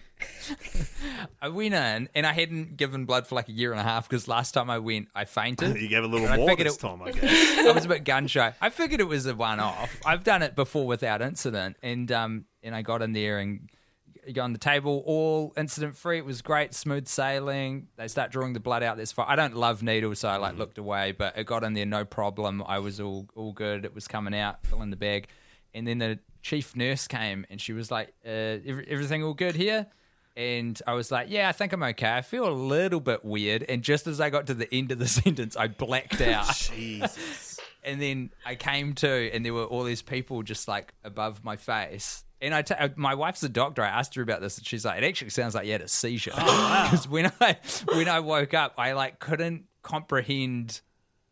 Speaker 3: I went in and I hadn't given blood for like a year and a half because last time I went, I fainted.
Speaker 5: You gave a little
Speaker 3: I
Speaker 5: more
Speaker 3: figured
Speaker 5: this
Speaker 3: it-
Speaker 5: time, I guess.
Speaker 3: I was a bit gun shy. I figured it was a one off. I've done it before without incident, and um, and I got in there and got on the table, all incident free. It was great, smooth sailing. They start drawing the blood out. That's fine. I don't love needles, so I like looked away, but it got in there no problem. I was all all good. It was coming out, fill in the bag, and then the chief nurse came and she was like, uh, "Every- "Everything all good here?" And I was like, yeah, I think I'm okay. I feel a little bit weird. And just as I got to the end of the sentence, I blacked out
Speaker 5: Jesus.
Speaker 3: and then I came to, and there were all these people just like above my face. And I, ta- uh, my wife's a doctor. I asked her about this, and she's like, "It actually sounds like you had a seizure."
Speaker 2: Oh,
Speaker 3: Because when I when I woke up, I like couldn't comprehend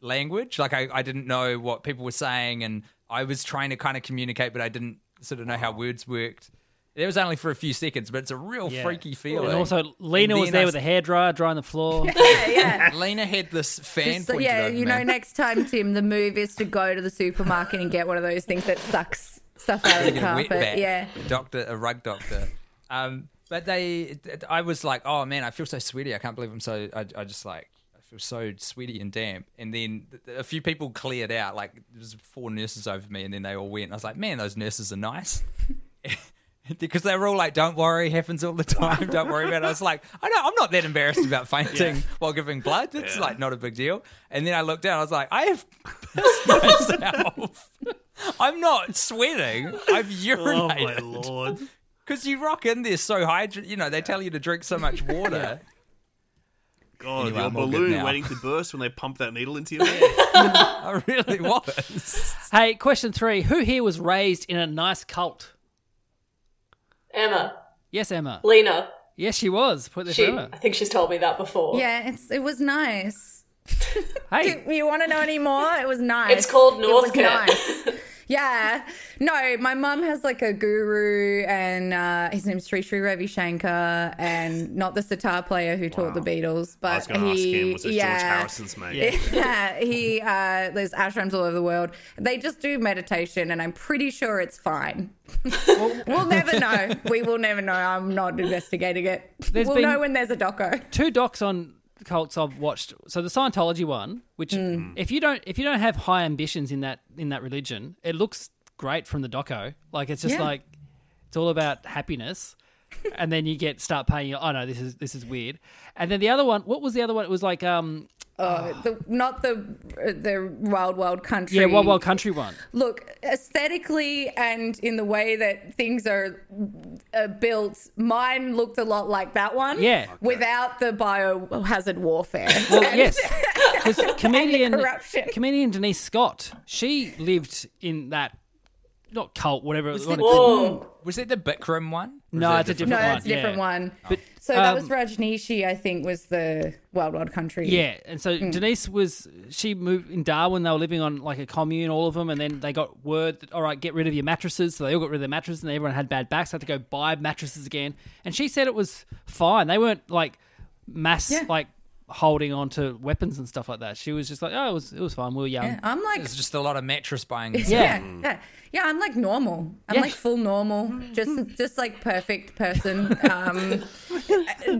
Speaker 3: language. Like I, I didn't know what people were saying, and I was trying to kind of communicate, but I didn't sort of know how words worked. It was only for a few seconds, but it's a real
Speaker 2: Yeah.
Speaker 3: freaky feeling.
Speaker 2: And also, Lena
Speaker 3: And
Speaker 2: was
Speaker 3: then
Speaker 2: there
Speaker 3: I
Speaker 2: with a hairdryer drying the floor.
Speaker 4: Yeah, yeah.
Speaker 3: Lena had this fan
Speaker 4: Just,
Speaker 3: pointed
Speaker 4: yeah,
Speaker 3: at
Speaker 4: you
Speaker 3: me.
Speaker 4: know, next time, Tim, the move is to go to the supermarket and get one of those things that sucks stuff out of the
Speaker 3: Get a wet
Speaker 4: carpet.
Speaker 3: back.
Speaker 4: Yeah.
Speaker 3: A doctor, a rug doctor. Um, but they, I was like, oh man, I feel so sweaty. I can't believe I'm so. I, I just like, I feel so sweaty and damp. And then th- a few people cleared out. Like there was four nurses over me, and then they all went. And I was like, man, those nurses are nice. Because they were all like, "Don't worry, happens all the time. Don't worry about it." I was like, "I know, I'm not that embarrassed about fainting while giving blood. It's like not a big deal." And then I looked down. I was like, "I have pissed myself. I'm not sweating. I've
Speaker 5: Oh my
Speaker 3: urinated."
Speaker 5: lord!
Speaker 3: Because you rock in there so hydrated, you know, they tell you to drink so much water.
Speaker 5: God,
Speaker 3: Anyway,
Speaker 5: your
Speaker 3: I'm all good
Speaker 5: balloon
Speaker 3: now.
Speaker 5: waiting to burst when they pump that needle into your head.
Speaker 3: I really was.
Speaker 2: hey, question three Who here was raised in a nice cult?
Speaker 6: Emma,
Speaker 2: Yes, Emma.
Speaker 6: Lena,
Speaker 2: Yes, she was. Put there
Speaker 6: she,
Speaker 2: forever.
Speaker 6: I think she's told me that before.
Speaker 4: Yeah, it's, it was nice.
Speaker 2: Hey,
Speaker 4: You want to know any more? It was nice.
Speaker 6: It's called
Speaker 4: It was
Speaker 6: Northcote.
Speaker 4: nice. Yeah. No, my mum has like a guru, and uh, his name's Sri Sri Ravi Shankar, and not the sitar player who taught the Beatles, but
Speaker 5: I was going to ask
Speaker 4: he,
Speaker 5: him, was it George
Speaker 4: yeah,
Speaker 5: Harrison's mate?
Speaker 4: yeah, he uh, there's ashrams all over the world. They just do meditation, and I'm pretty sure it's fine. we'll never know. We will never know. I'm not investigating it.
Speaker 2: There's
Speaker 4: we'll
Speaker 2: been-
Speaker 4: know when there's a doco.
Speaker 2: two docs on cults I've watched. So the Scientology one, which
Speaker 4: Mm.
Speaker 2: if you don't if you don't have high ambitions in that in that religion, it looks great from the doco. Like it's just
Speaker 4: Yeah.
Speaker 2: like it's all about happiness. and then you get start paying your oh no, this is this is weird. And then the other one, what was the other one? It was like um
Speaker 4: Oh, the, not the the wild wild country.
Speaker 2: yeah, Wild Wild Country one.
Speaker 4: Look, aesthetically and in the way that things are uh, built, mine looked a lot like that one.
Speaker 2: Yeah. Okay.
Speaker 4: Without the biohazard warfare.
Speaker 2: Well, yes. 'Cause comedian
Speaker 4: corruption.
Speaker 2: comedian Denise Scott, she lived in that not cult, whatever it was.
Speaker 6: Whoa.
Speaker 3: Was that the Bikram one? Or
Speaker 2: No,
Speaker 3: was
Speaker 2: it's
Speaker 3: that
Speaker 2: a different
Speaker 4: no,
Speaker 2: one.
Speaker 4: that's a different
Speaker 2: yeah.
Speaker 4: one. so that was
Speaker 2: um,
Speaker 4: Rajneeshi, I think, was the Wild Wild Country.
Speaker 2: Yeah, and so
Speaker 4: Hmm.
Speaker 2: Denise was she moved in Darwin. They were living on like a commune, all of them, and then they got word that all right, get rid of your mattresses. So they all got rid of their mattresses, and everyone had bad backs. They had to go buy mattresses again. And she said it was fine. They weren't like mass
Speaker 4: Yeah.
Speaker 2: like holding on to weapons and stuff like that. She was just like, oh, it was it was fine. We were young.
Speaker 4: Yeah, I'm like,
Speaker 3: It's just a lot of mattress buying. and stuff.
Speaker 4: yeah, yeah, yeah, I'm like normal. I'm
Speaker 2: Yeah.
Speaker 4: like full normal, just just like perfect person. Um,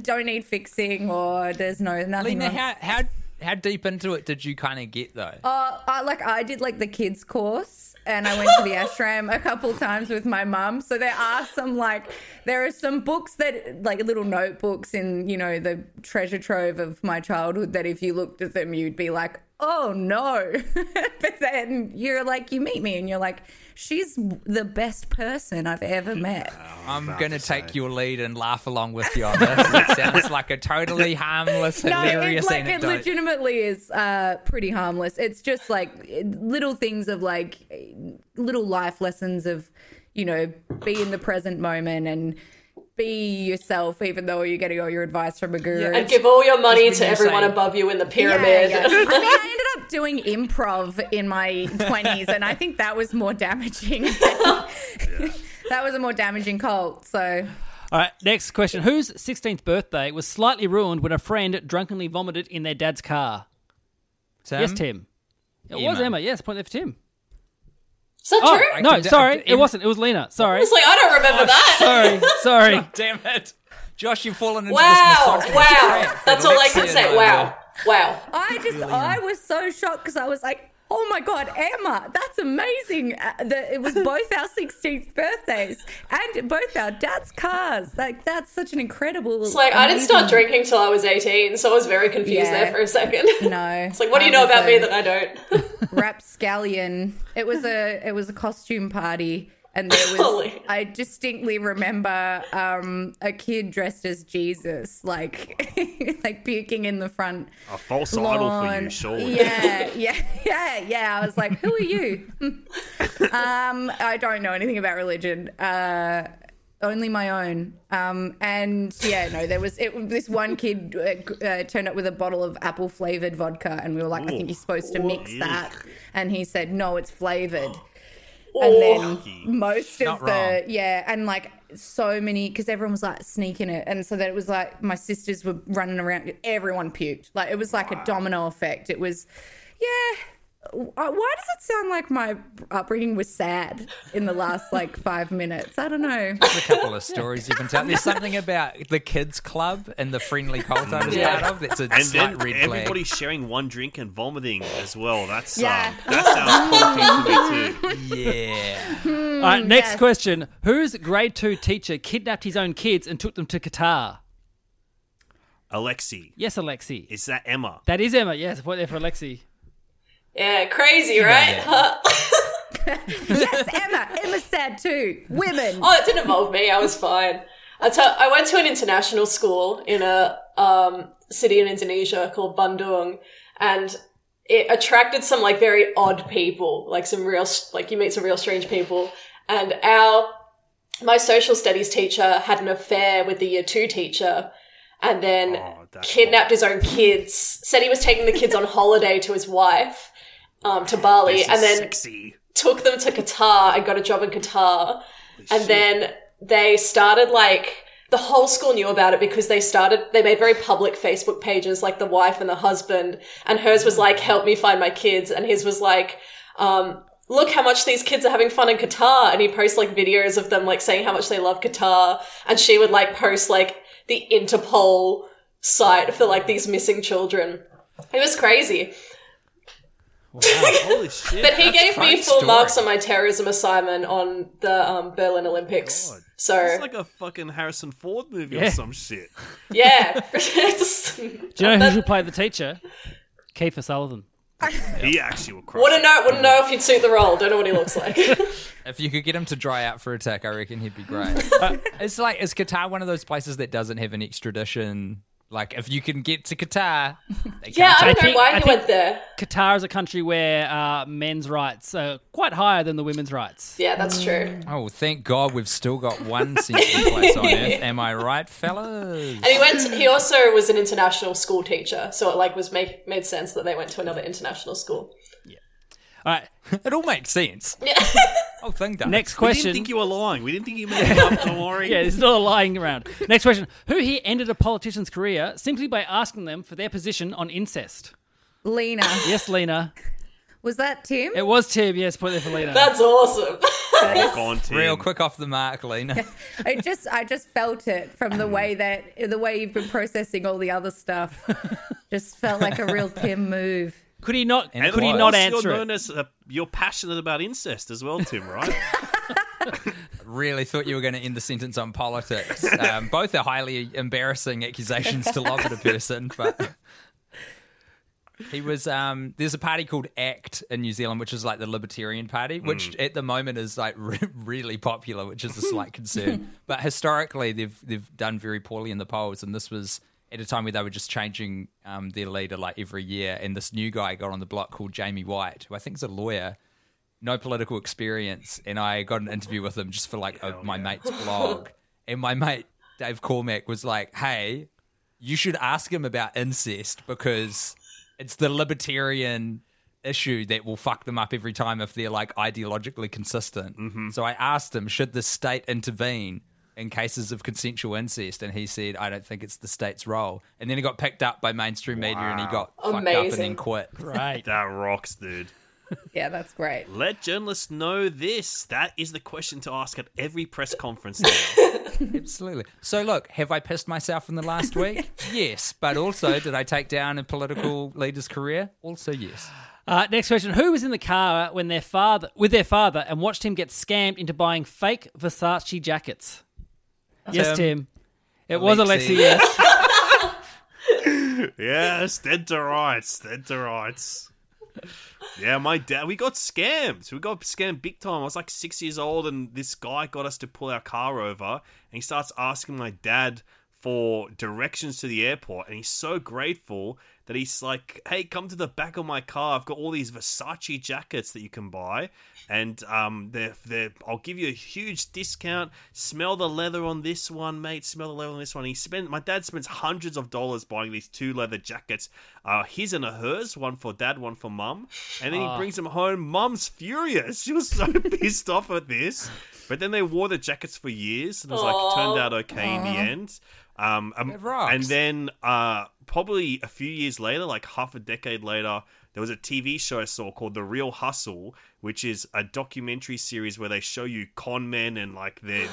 Speaker 4: don't need fixing or there's no nothing.
Speaker 3: Lena,
Speaker 4: wrong.
Speaker 3: how, how, how deep into it did you kind of get, though?
Speaker 6: Oh.
Speaker 4: Uh, I, like I did like the kids course and I went to the ashram a couple times with my mum. So there are some like there are some books that like little notebooks in, you know, the treasure trove of my childhood that if you looked at them you'd be like, "Oh no." but then you're like you meet me and you're like, "She's the best person I've ever met."
Speaker 3: I'm going to take your lead and laugh along with you on this. it sounds like a totally harmless,
Speaker 4: No,
Speaker 3: hilarious
Speaker 4: it, like, it
Speaker 3: anecdote.
Speaker 4: legitimately is uh, pretty harmless. It's just like it- little things of like little life lessons of, you know, be in the present moment and be yourself, even though you're getting all your advice from a guru. Yeah,
Speaker 6: And give all your money
Speaker 3: Just
Speaker 6: to
Speaker 3: when you
Speaker 6: everyone
Speaker 3: say-
Speaker 6: above you in the
Speaker 4: yeah,
Speaker 6: pyramid.
Speaker 4: I mean, I ended up doing improv in my 20s, and I think that was more damaging. That was a more damaging cult. So,
Speaker 2: All right, next question: Whose 16th birthday was slightly ruined when a friend drunkenly vomited in their dad's car?
Speaker 3: Tim?
Speaker 2: yes, Tim. It was
Speaker 3: Emma.
Speaker 2: Emma. Yes, point there for Tim.
Speaker 6: Is that
Speaker 2: Oh
Speaker 6: true?
Speaker 3: I Oh,
Speaker 6: I
Speaker 2: no,
Speaker 3: can-
Speaker 2: sorry, it
Speaker 3: Em-
Speaker 2: wasn't. It was Lena. Sorry.
Speaker 6: was like, I don't remember that.
Speaker 2: Sorry, sorry.
Speaker 3: Damn it. Josh, you've fallen into
Speaker 6: Wow,
Speaker 3: this
Speaker 6: wow. That's all I can
Speaker 3: Alexia
Speaker 6: say.
Speaker 3: and I
Speaker 6: Wow, wow.
Speaker 4: I just, I was so shocked because I was like, oh my God, Emma, that's amazing. Uh, the, it was both our 16th birthdays and both our dad's cars. Like, that's such an incredible.
Speaker 6: It's like, I didn't start drinking till I was 18, so I was very confused
Speaker 4: Yeah.
Speaker 6: there for a second.
Speaker 4: No.
Speaker 6: It's like, what do you know about me that I don't?
Speaker 4: rapscallion. It was a it was a costume party, and there was
Speaker 6: Holy.
Speaker 4: I distinctly remember um, a kid dressed as Jesus, like like puking in the front.
Speaker 5: A false idol for you,
Speaker 4: lawn.
Speaker 5: surely.
Speaker 4: Yeah, yeah, yeah, yeah. I was like, who are you? um, I don't know anything about religion. Uh, only my own. Um, and yeah, no, there was it, this one kid uh, g- uh, turned up with a bottle of apple flavored vodka, and we were like, I think you're supposed to mix that. And he said, no, it's flavored. And then most of
Speaker 3: Not
Speaker 4: the
Speaker 3: wrong.
Speaker 4: yeah, and like so many because everyone was like sneaking it, and so that it was like my sisters were running around. Everyone puked. Like it was like a domino effect. It was, yeah. Uh, Why does it sound like my upbringing was sad in the last like five minutes? I don't know.
Speaker 3: a couple of stories you can tell. There's something about the kids' club and the friendly cult I was
Speaker 2: Yeah.
Speaker 3: part of that's a
Speaker 5: And
Speaker 3: slight
Speaker 5: then
Speaker 3: red
Speaker 5: everybody
Speaker 3: flag.
Speaker 5: sharing one drink and vomiting as well. That's
Speaker 4: Yeah.
Speaker 5: um, that sounds culty to me too.
Speaker 3: Yeah.
Speaker 2: All right, next
Speaker 4: yes.
Speaker 2: question. Whose grade two teacher kidnapped his own kids and took them to Qatar?
Speaker 5: Alexi,
Speaker 2: Yes, Alexi.
Speaker 5: is that Emma?
Speaker 2: That is Emma. Yes, point there for Alexi.
Speaker 6: Yeah, crazy, right?
Speaker 4: yes, Emma. Emma's sad too. Women.
Speaker 6: Oh, it didn't involve me. I was fine. I tell- I went to an international school in a um, city in Indonesia called Bandung, and it attracted some like very odd people, like some real like you meet some real strange people. And our my social studies teacher had an affair with the year two teacher, and then
Speaker 5: Oh, that's
Speaker 6: kidnapped his own kids. Said he was taking the kids on holiday to his wife um, to Bali,
Speaker 5: This
Speaker 6: and
Speaker 5: is
Speaker 6: then
Speaker 5: sexy.
Speaker 6: took them to Qatar and got a job in Qatar. and then they started like the whole school knew about it because they started they made very public Facebook pages like the wife and the husband and hers was like help me find my kids and his was like um look how much these kids are having fun in Qatar and he posts like videos of them like saying how much they love Qatar and she would like post like the Interpol site for like these missing children. It was crazy.
Speaker 5: Holy shit!
Speaker 6: But he
Speaker 3: That's
Speaker 6: gave
Speaker 3: fine
Speaker 6: me full
Speaker 3: story.
Speaker 6: marks on my terrorism assignment on the um, Berlin Olympics.
Speaker 5: God.
Speaker 6: So
Speaker 5: It's like a fucking Harrison Ford movie
Speaker 2: Yeah.
Speaker 5: or some shit.
Speaker 6: yeah, Just-
Speaker 2: Do you know who should play the teacher? Kiefer Sullivan.
Speaker 5: He actually will cry.
Speaker 6: wouldn't know wouldn't know if he'd suit the role. Don't know what he looks like.
Speaker 3: If you could get him to dry out for attack, I reckon he'd be great. it's like, is Qatar one of those places that doesn't have an extradition? Like, if you can get to Qatar, they
Speaker 6: yeah,
Speaker 3: can't
Speaker 6: I
Speaker 2: I
Speaker 6: don't know
Speaker 2: think-
Speaker 6: why
Speaker 2: I
Speaker 6: he
Speaker 2: think-
Speaker 6: went there.
Speaker 2: Qatar is a country where uh, men's rights are quite higher than the women's rights.
Speaker 6: Yeah, that's true.
Speaker 3: Oh, thank God we've still got one sensible place on earth. Am I right, fellas?
Speaker 6: And he went. he also was an international school teacher, so it like was make made sense that they went to another international school.
Speaker 2: All right,
Speaker 3: It all makes sense. Whole thing does.
Speaker 2: next
Speaker 5: We didn't
Speaker 2: question.
Speaker 5: think you were lying. We didn't think you made it up. Don't worry.
Speaker 2: yeah, this is not a lying around. Next question. Who here ended a politician's career simply by asking them for their position on incest?
Speaker 4: Lena.
Speaker 2: Yes, Lena.
Speaker 4: Was that Tim?
Speaker 2: It was Tim. Yes, point there for Lena.
Speaker 6: That's awesome.
Speaker 5: Rock on, Tim.
Speaker 3: Real quick off the mark, Lena.
Speaker 4: I just I just felt it from the way that the way you've been processing all the other stuff. just felt like a real Tim move.
Speaker 2: Could he not?
Speaker 3: And
Speaker 2: could he
Speaker 3: why?
Speaker 2: not
Speaker 5: Also,
Speaker 2: answer
Speaker 5: You're
Speaker 2: it?
Speaker 5: known as uh, you're passionate about incest as well, Tim. Right?
Speaker 3: Really thought you were going to end the sentence on politics. Um, both are highly embarrassing accusations to lob at a person, but. He was um, there's a party called ACT in New Zealand, which is like the Libertarian Party, which at the moment is like re- really popular, which is a slight concern. but historically, they've they've done very poorly in the polls, and this was at a time where they were just changing um, their leader like every year. And this new guy got on the block called Jamie White, who I think is a lawyer, no political experience, and I got an interview with him just for like a, my mate's blog. And my mate Dave Cormack was like, "Hey, you should ask him about incest because it's the libertarian issue that will fuck them up every time if they're like ideologically consistent." So I asked him, "Should the state intervene?" In cases of consensual incest, and he said, "I don't think it's the state's role." And then he got picked up by mainstream media, and he got fucked up and then
Speaker 6: Amazing.
Speaker 3: quit.
Speaker 2: Right.
Speaker 5: that rocks, dude.
Speaker 4: Yeah, that's great.
Speaker 5: Let journalists know this. That is the question to ask at every press conference. now.
Speaker 3: Absolutely. So, look, have I pissed myself in the last week? yes. But also, did I take down a political leader's career? Also, yes.
Speaker 2: Uh, next question: Who was in the car when their father with their father and watched him get scammed into buying fake Versace jackets? Yes, Tim. It was
Speaker 3: Alexi.
Speaker 2: Alexi. Yes.
Speaker 5: yes, dead to rights. Dead to rights. Yeah, my dad. We got scammed. We got scammed big time. I was like six years old, and this guy got us to pull our car over, and he starts asking my dad for directions to the airport, and he's so grateful that he's like, "Hey, come to the back of my car. I've got all these Versace jackets that you can buy, and um, they're they're I'll give you a huge discount. Smell the leather on this one, mate. Smell the leather on this one." He spent my dad spends hundreds of dollars buying these two leather jackets, uh, his and a hers, one for dad, one for mum, and then he brings them home. Mum's furious. She was so pissed off at this. But then they wore the jackets for years, and it was like turned out okay in the end. Um, um,
Speaker 3: It rocks.
Speaker 5: and then uh, probably a few years later, like half a decade later, there was a TV show I saw called The Real Hustle, which is a documentary series where they show you con men and like their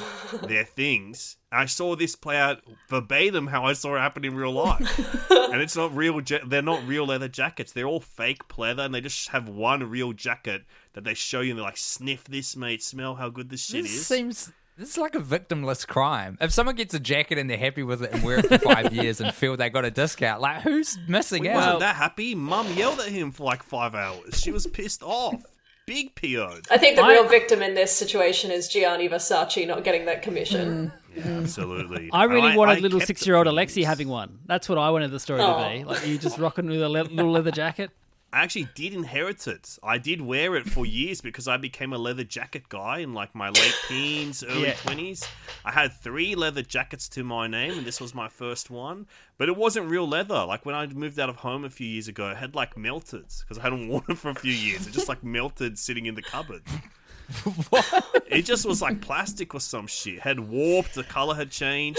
Speaker 5: their things. I saw this play out verbatim how I saw it happen in real life, and it's not real. Ja- they're not real leather jackets. They're all fake leather, and they just have one real jacket that they show you. and They're like, sniff this, mate. Smell how good this shit
Speaker 3: this
Speaker 5: is.
Speaker 3: seems this is like a victimless crime. If someone gets a jacket and they're happy with it and wear it for five years and feel they got a discount, like who's missing
Speaker 5: He
Speaker 3: out?
Speaker 5: wasn't that happy. Mum yelled at him for like five hours. She was pissed off. Big PO'd.
Speaker 6: I think the
Speaker 2: My-
Speaker 6: real victim in this situation is Gianni Versace not getting that commission.
Speaker 5: Absolutely.
Speaker 2: I really
Speaker 5: And
Speaker 2: wanted
Speaker 5: I
Speaker 2: little
Speaker 5: kept it
Speaker 2: six year old
Speaker 5: from
Speaker 2: Alexi
Speaker 5: this.
Speaker 2: having one. That's what I wanted the story to be.
Speaker 6: Aw.
Speaker 2: Like you just rocking with a le- little leather jacket.
Speaker 5: I actually did inherit it. I did wear it for years because I became a leather jacket guy in like my late teens, early
Speaker 2: Yeah.
Speaker 5: 20s. I had three leather jackets to my name, and this was my first one. But it wasn't real leather. Like when I moved out of home a few years ago, it had like melted because I hadn't worn it for a few years. It just like melted sitting in the cupboard. what? It just was like plastic or some shit. Had warped, the color had changed.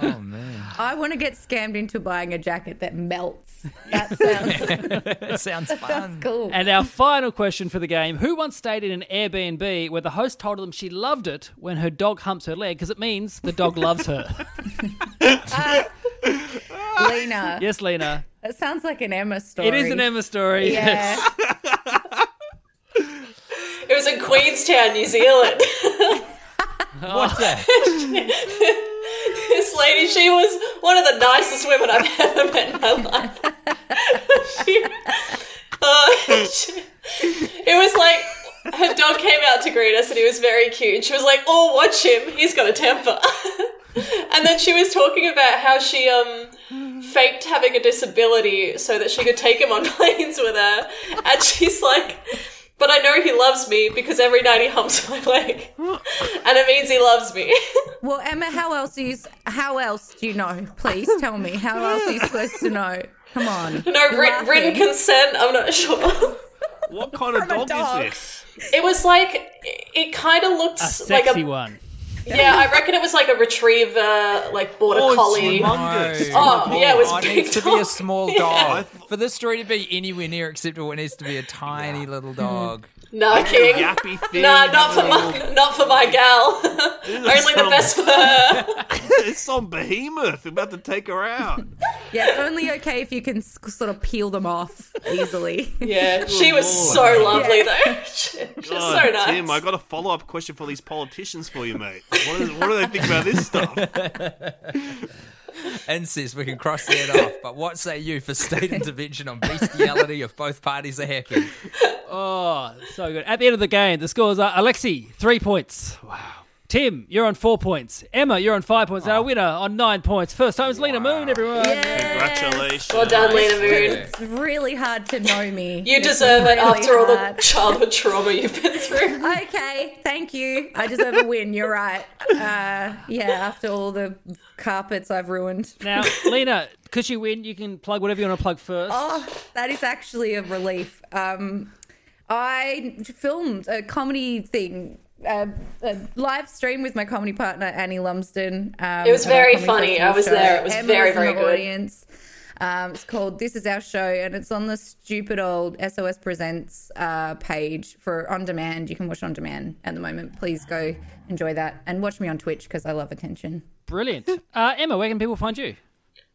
Speaker 3: Oh man,
Speaker 4: I want to get scammed into buying a jacket that melts. That sounds,
Speaker 3: it sounds fun.
Speaker 4: sounds cool.
Speaker 2: And our final question for the game Who once stayed in an Airbnb where the host told them she loved it when her dog humps her leg because it means the dog loves her?
Speaker 4: Lena,
Speaker 2: Yes, Lena.
Speaker 4: that sounds like an Emma story.
Speaker 2: It is an Emma story.
Speaker 4: Yeah.
Speaker 6: It was in Queenstown, New Zealand.
Speaker 3: What's that?
Speaker 6: this lady, she was one of the nicest women I've ever met in my life. she, uh, she- it was like her dog came out to greet us and he was very cute. She was like, "Oh, watch him! He's got a temper." and then she was talking about how she um faked having a disability so that she could take him on planes with her, and she's like. But I know he loves me because every night he humps my leg, and it means he loves me.
Speaker 4: Well, Emma, how else are you? s- How else do you know? Please tell me. How else are you supposed to know? Come on.
Speaker 6: No, writ-
Speaker 4: Laughing.
Speaker 6: written consent, I'm not sure.
Speaker 5: What kind of
Speaker 4: a
Speaker 5: dog,
Speaker 4: dog.
Speaker 5: is this?
Speaker 6: it was like, it, kind of looked
Speaker 2: A
Speaker 6: like
Speaker 2: sexy
Speaker 6: a.
Speaker 2: one.
Speaker 6: Yeah, I reckon it was like a retriever, like border
Speaker 5: Oh, it's
Speaker 6: collie.
Speaker 5: humongous.
Speaker 6: Oh, yeah, it was
Speaker 3: it
Speaker 6: big
Speaker 3: needs to be a
Speaker 6: dog.
Speaker 3: small
Speaker 6: Yeah.
Speaker 3: dog. For this story to be anywhere near acceptable, it needs to be a tiny little dog.
Speaker 6: Nah, King.
Speaker 5: Yappy thing.
Speaker 6: Nah, not for my, not for my gal. Only the
Speaker 5: some-
Speaker 6: best for her.
Speaker 5: it's some behemoth about to take her out.
Speaker 4: Yeah, it's only okay if you can s- sort of peel them off easily.
Speaker 6: Yeah, she was so lovely though. She's
Speaker 5: God,
Speaker 6: so nice.
Speaker 5: Oh, Tim, I got a follow up question for these politicians for you, mate. What, is, what do they think about this stuff?
Speaker 3: Incest, we can cross that off. But what say you for state intervention on bestiality if both parties are happy?
Speaker 2: So good. At the end of the game, the scores are Alexi, three points. Wow. Tim, you're on four points. Emma, you're on five points. Our winner on nine points. First time is Lena Moon, everyone.
Speaker 5: Congratulations.
Speaker 6: well done, Lena Moon.
Speaker 4: It's really hard to know me.
Speaker 6: You
Speaker 4: It's
Speaker 6: deserve it
Speaker 4: really
Speaker 6: after all the
Speaker 4: hard.
Speaker 6: childhood trauma you've been through.
Speaker 4: Okay, thank you. I deserve a win. You're right. Uh, yeah, after all the carpets I've ruined.
Speaker 2: Now, Lena, could you win? You can plug whatever you want to plug first.
Speaker 4: Oh, that is actually a relief. Um, I filmed a comedy thing, a, a live stream with my comedy partner Annie Lumsden. Um,
Speaker 6: It was
Speaker 4: at our
Speaker 6: very
Speaker 4: Comedy
Speaker 6: funny.
Speaker 4: Festival
Speaker 6: I was
Speaker 4: show.
Speaker 6: there. It was
Speaker 4: Emma
Speaker 6: very,
Speaker 4: was in
Speaker 6: very
Speaker 4: the
Speaker 6: good.
Speaker 4: Audience. Um, it's called "This Is Our Show" and it's on the stupid old SOS Presents uh, page for on demand. You can watch on demand at the moment. Please go enjoy that and watch me on Twitch because I love attention.
Speaker 2: Brilliant. Uh, Emma, where can people find you?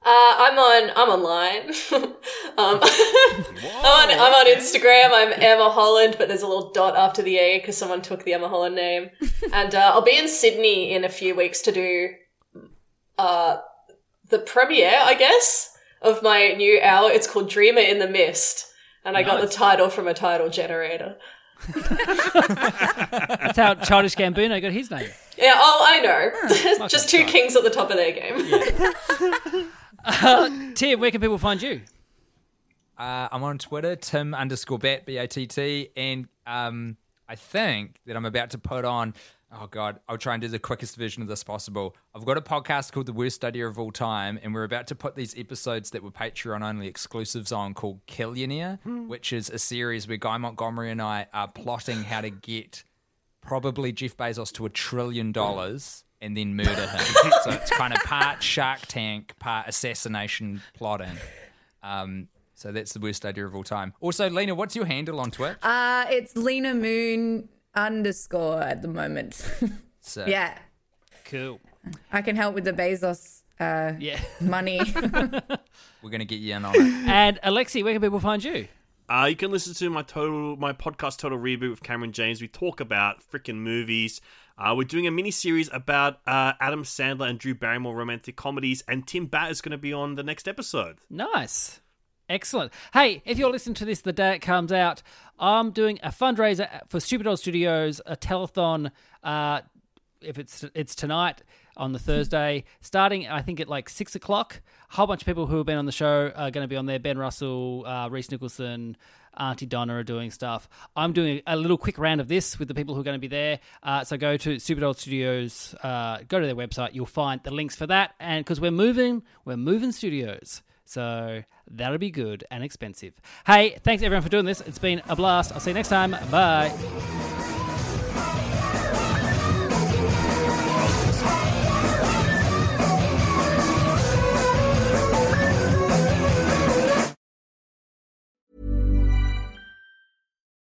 Speaker 6: Uh, I'm on. I'm online. um, I'm on. I'm on Instagram. I'm Emma Holland, but there's a little dot after the A because someone took the Emma Holland name. and uh, I'll be in Sydney in a few weeks to do uh, the premiere, I guess, of my new hour. It's called Dreamer in the Mist, and I got the title from a title generator.
Speaker 2: That's how Childish Gambino got his name.
Speaker 6: Yeah. Oh, I
Speaker 4: Ah,
Speaker 6: know. Just two kings at the top of their game.
Speaker 2: Tim, where can people find you?
Speaker 3: Uh, I'm on Twitter, Tim underscore Bat, B A T T. And um, I think that I'm about to put on, oh God, I'll try and do the quickest version of this possible. I've got a podcast called The Worst Idea of All Time, and we're about to put these episodes that were Patreon only exclusives on called Killionaire, which is a series where Guy Montgomery and I are plotting how to get probably Jeff Bezos to a trillion dollars and then murder him. so it's kind of part Shark Tank, part assassination plotting. Um, so that's the worst idea of all time. Also, Lena, what's your handle on Twitch?
Speaker 4: Uh, it's Lena Moon underscore at the moment.
Speaker 3: So-
Speaker 4: yeah,
Speaker 2: Cool.
Speaker 4: I can help with the Bezos uh,
Speaker 2: Yeah.
Speaker 4: money.
Speaker 3: We're going to get you in on it.
Speaker 2: And Alexi, where can people find you?
Speaker 5: Uh, you can listen to my total my podcast Total Reboot with Cameron James. We talk about freaking movies. Uh, we're doing a mini series about uh, Adam Sandler and Drew Barrymore romantic comedies, and Tim Bat is going to be on the next episode.
Speaker 2: Nice. Excellent. Hey, if you're listening to this the day it comes out, I'm doing a fundraiser for Stupid Old Studios, a telethon. Uh, if it's it's tonight on the Thursday, starting I think at like six o'clock. A whole bunch of people who have been on the show are going to be on there. Ben Russell, uh, Reese Nicholson, Auntie Donna are doing stuff. I'm doing a little quick round of this with the people who are going to be there. Uh, so go to Stupid Old Studios, uh, go to their website. You'll find the links for that. And because we're moving, we're moving studios. So that'll be good and expensive. Hey, thanks everyone for doing this. It's been a blast. I'll see you next time. Bye.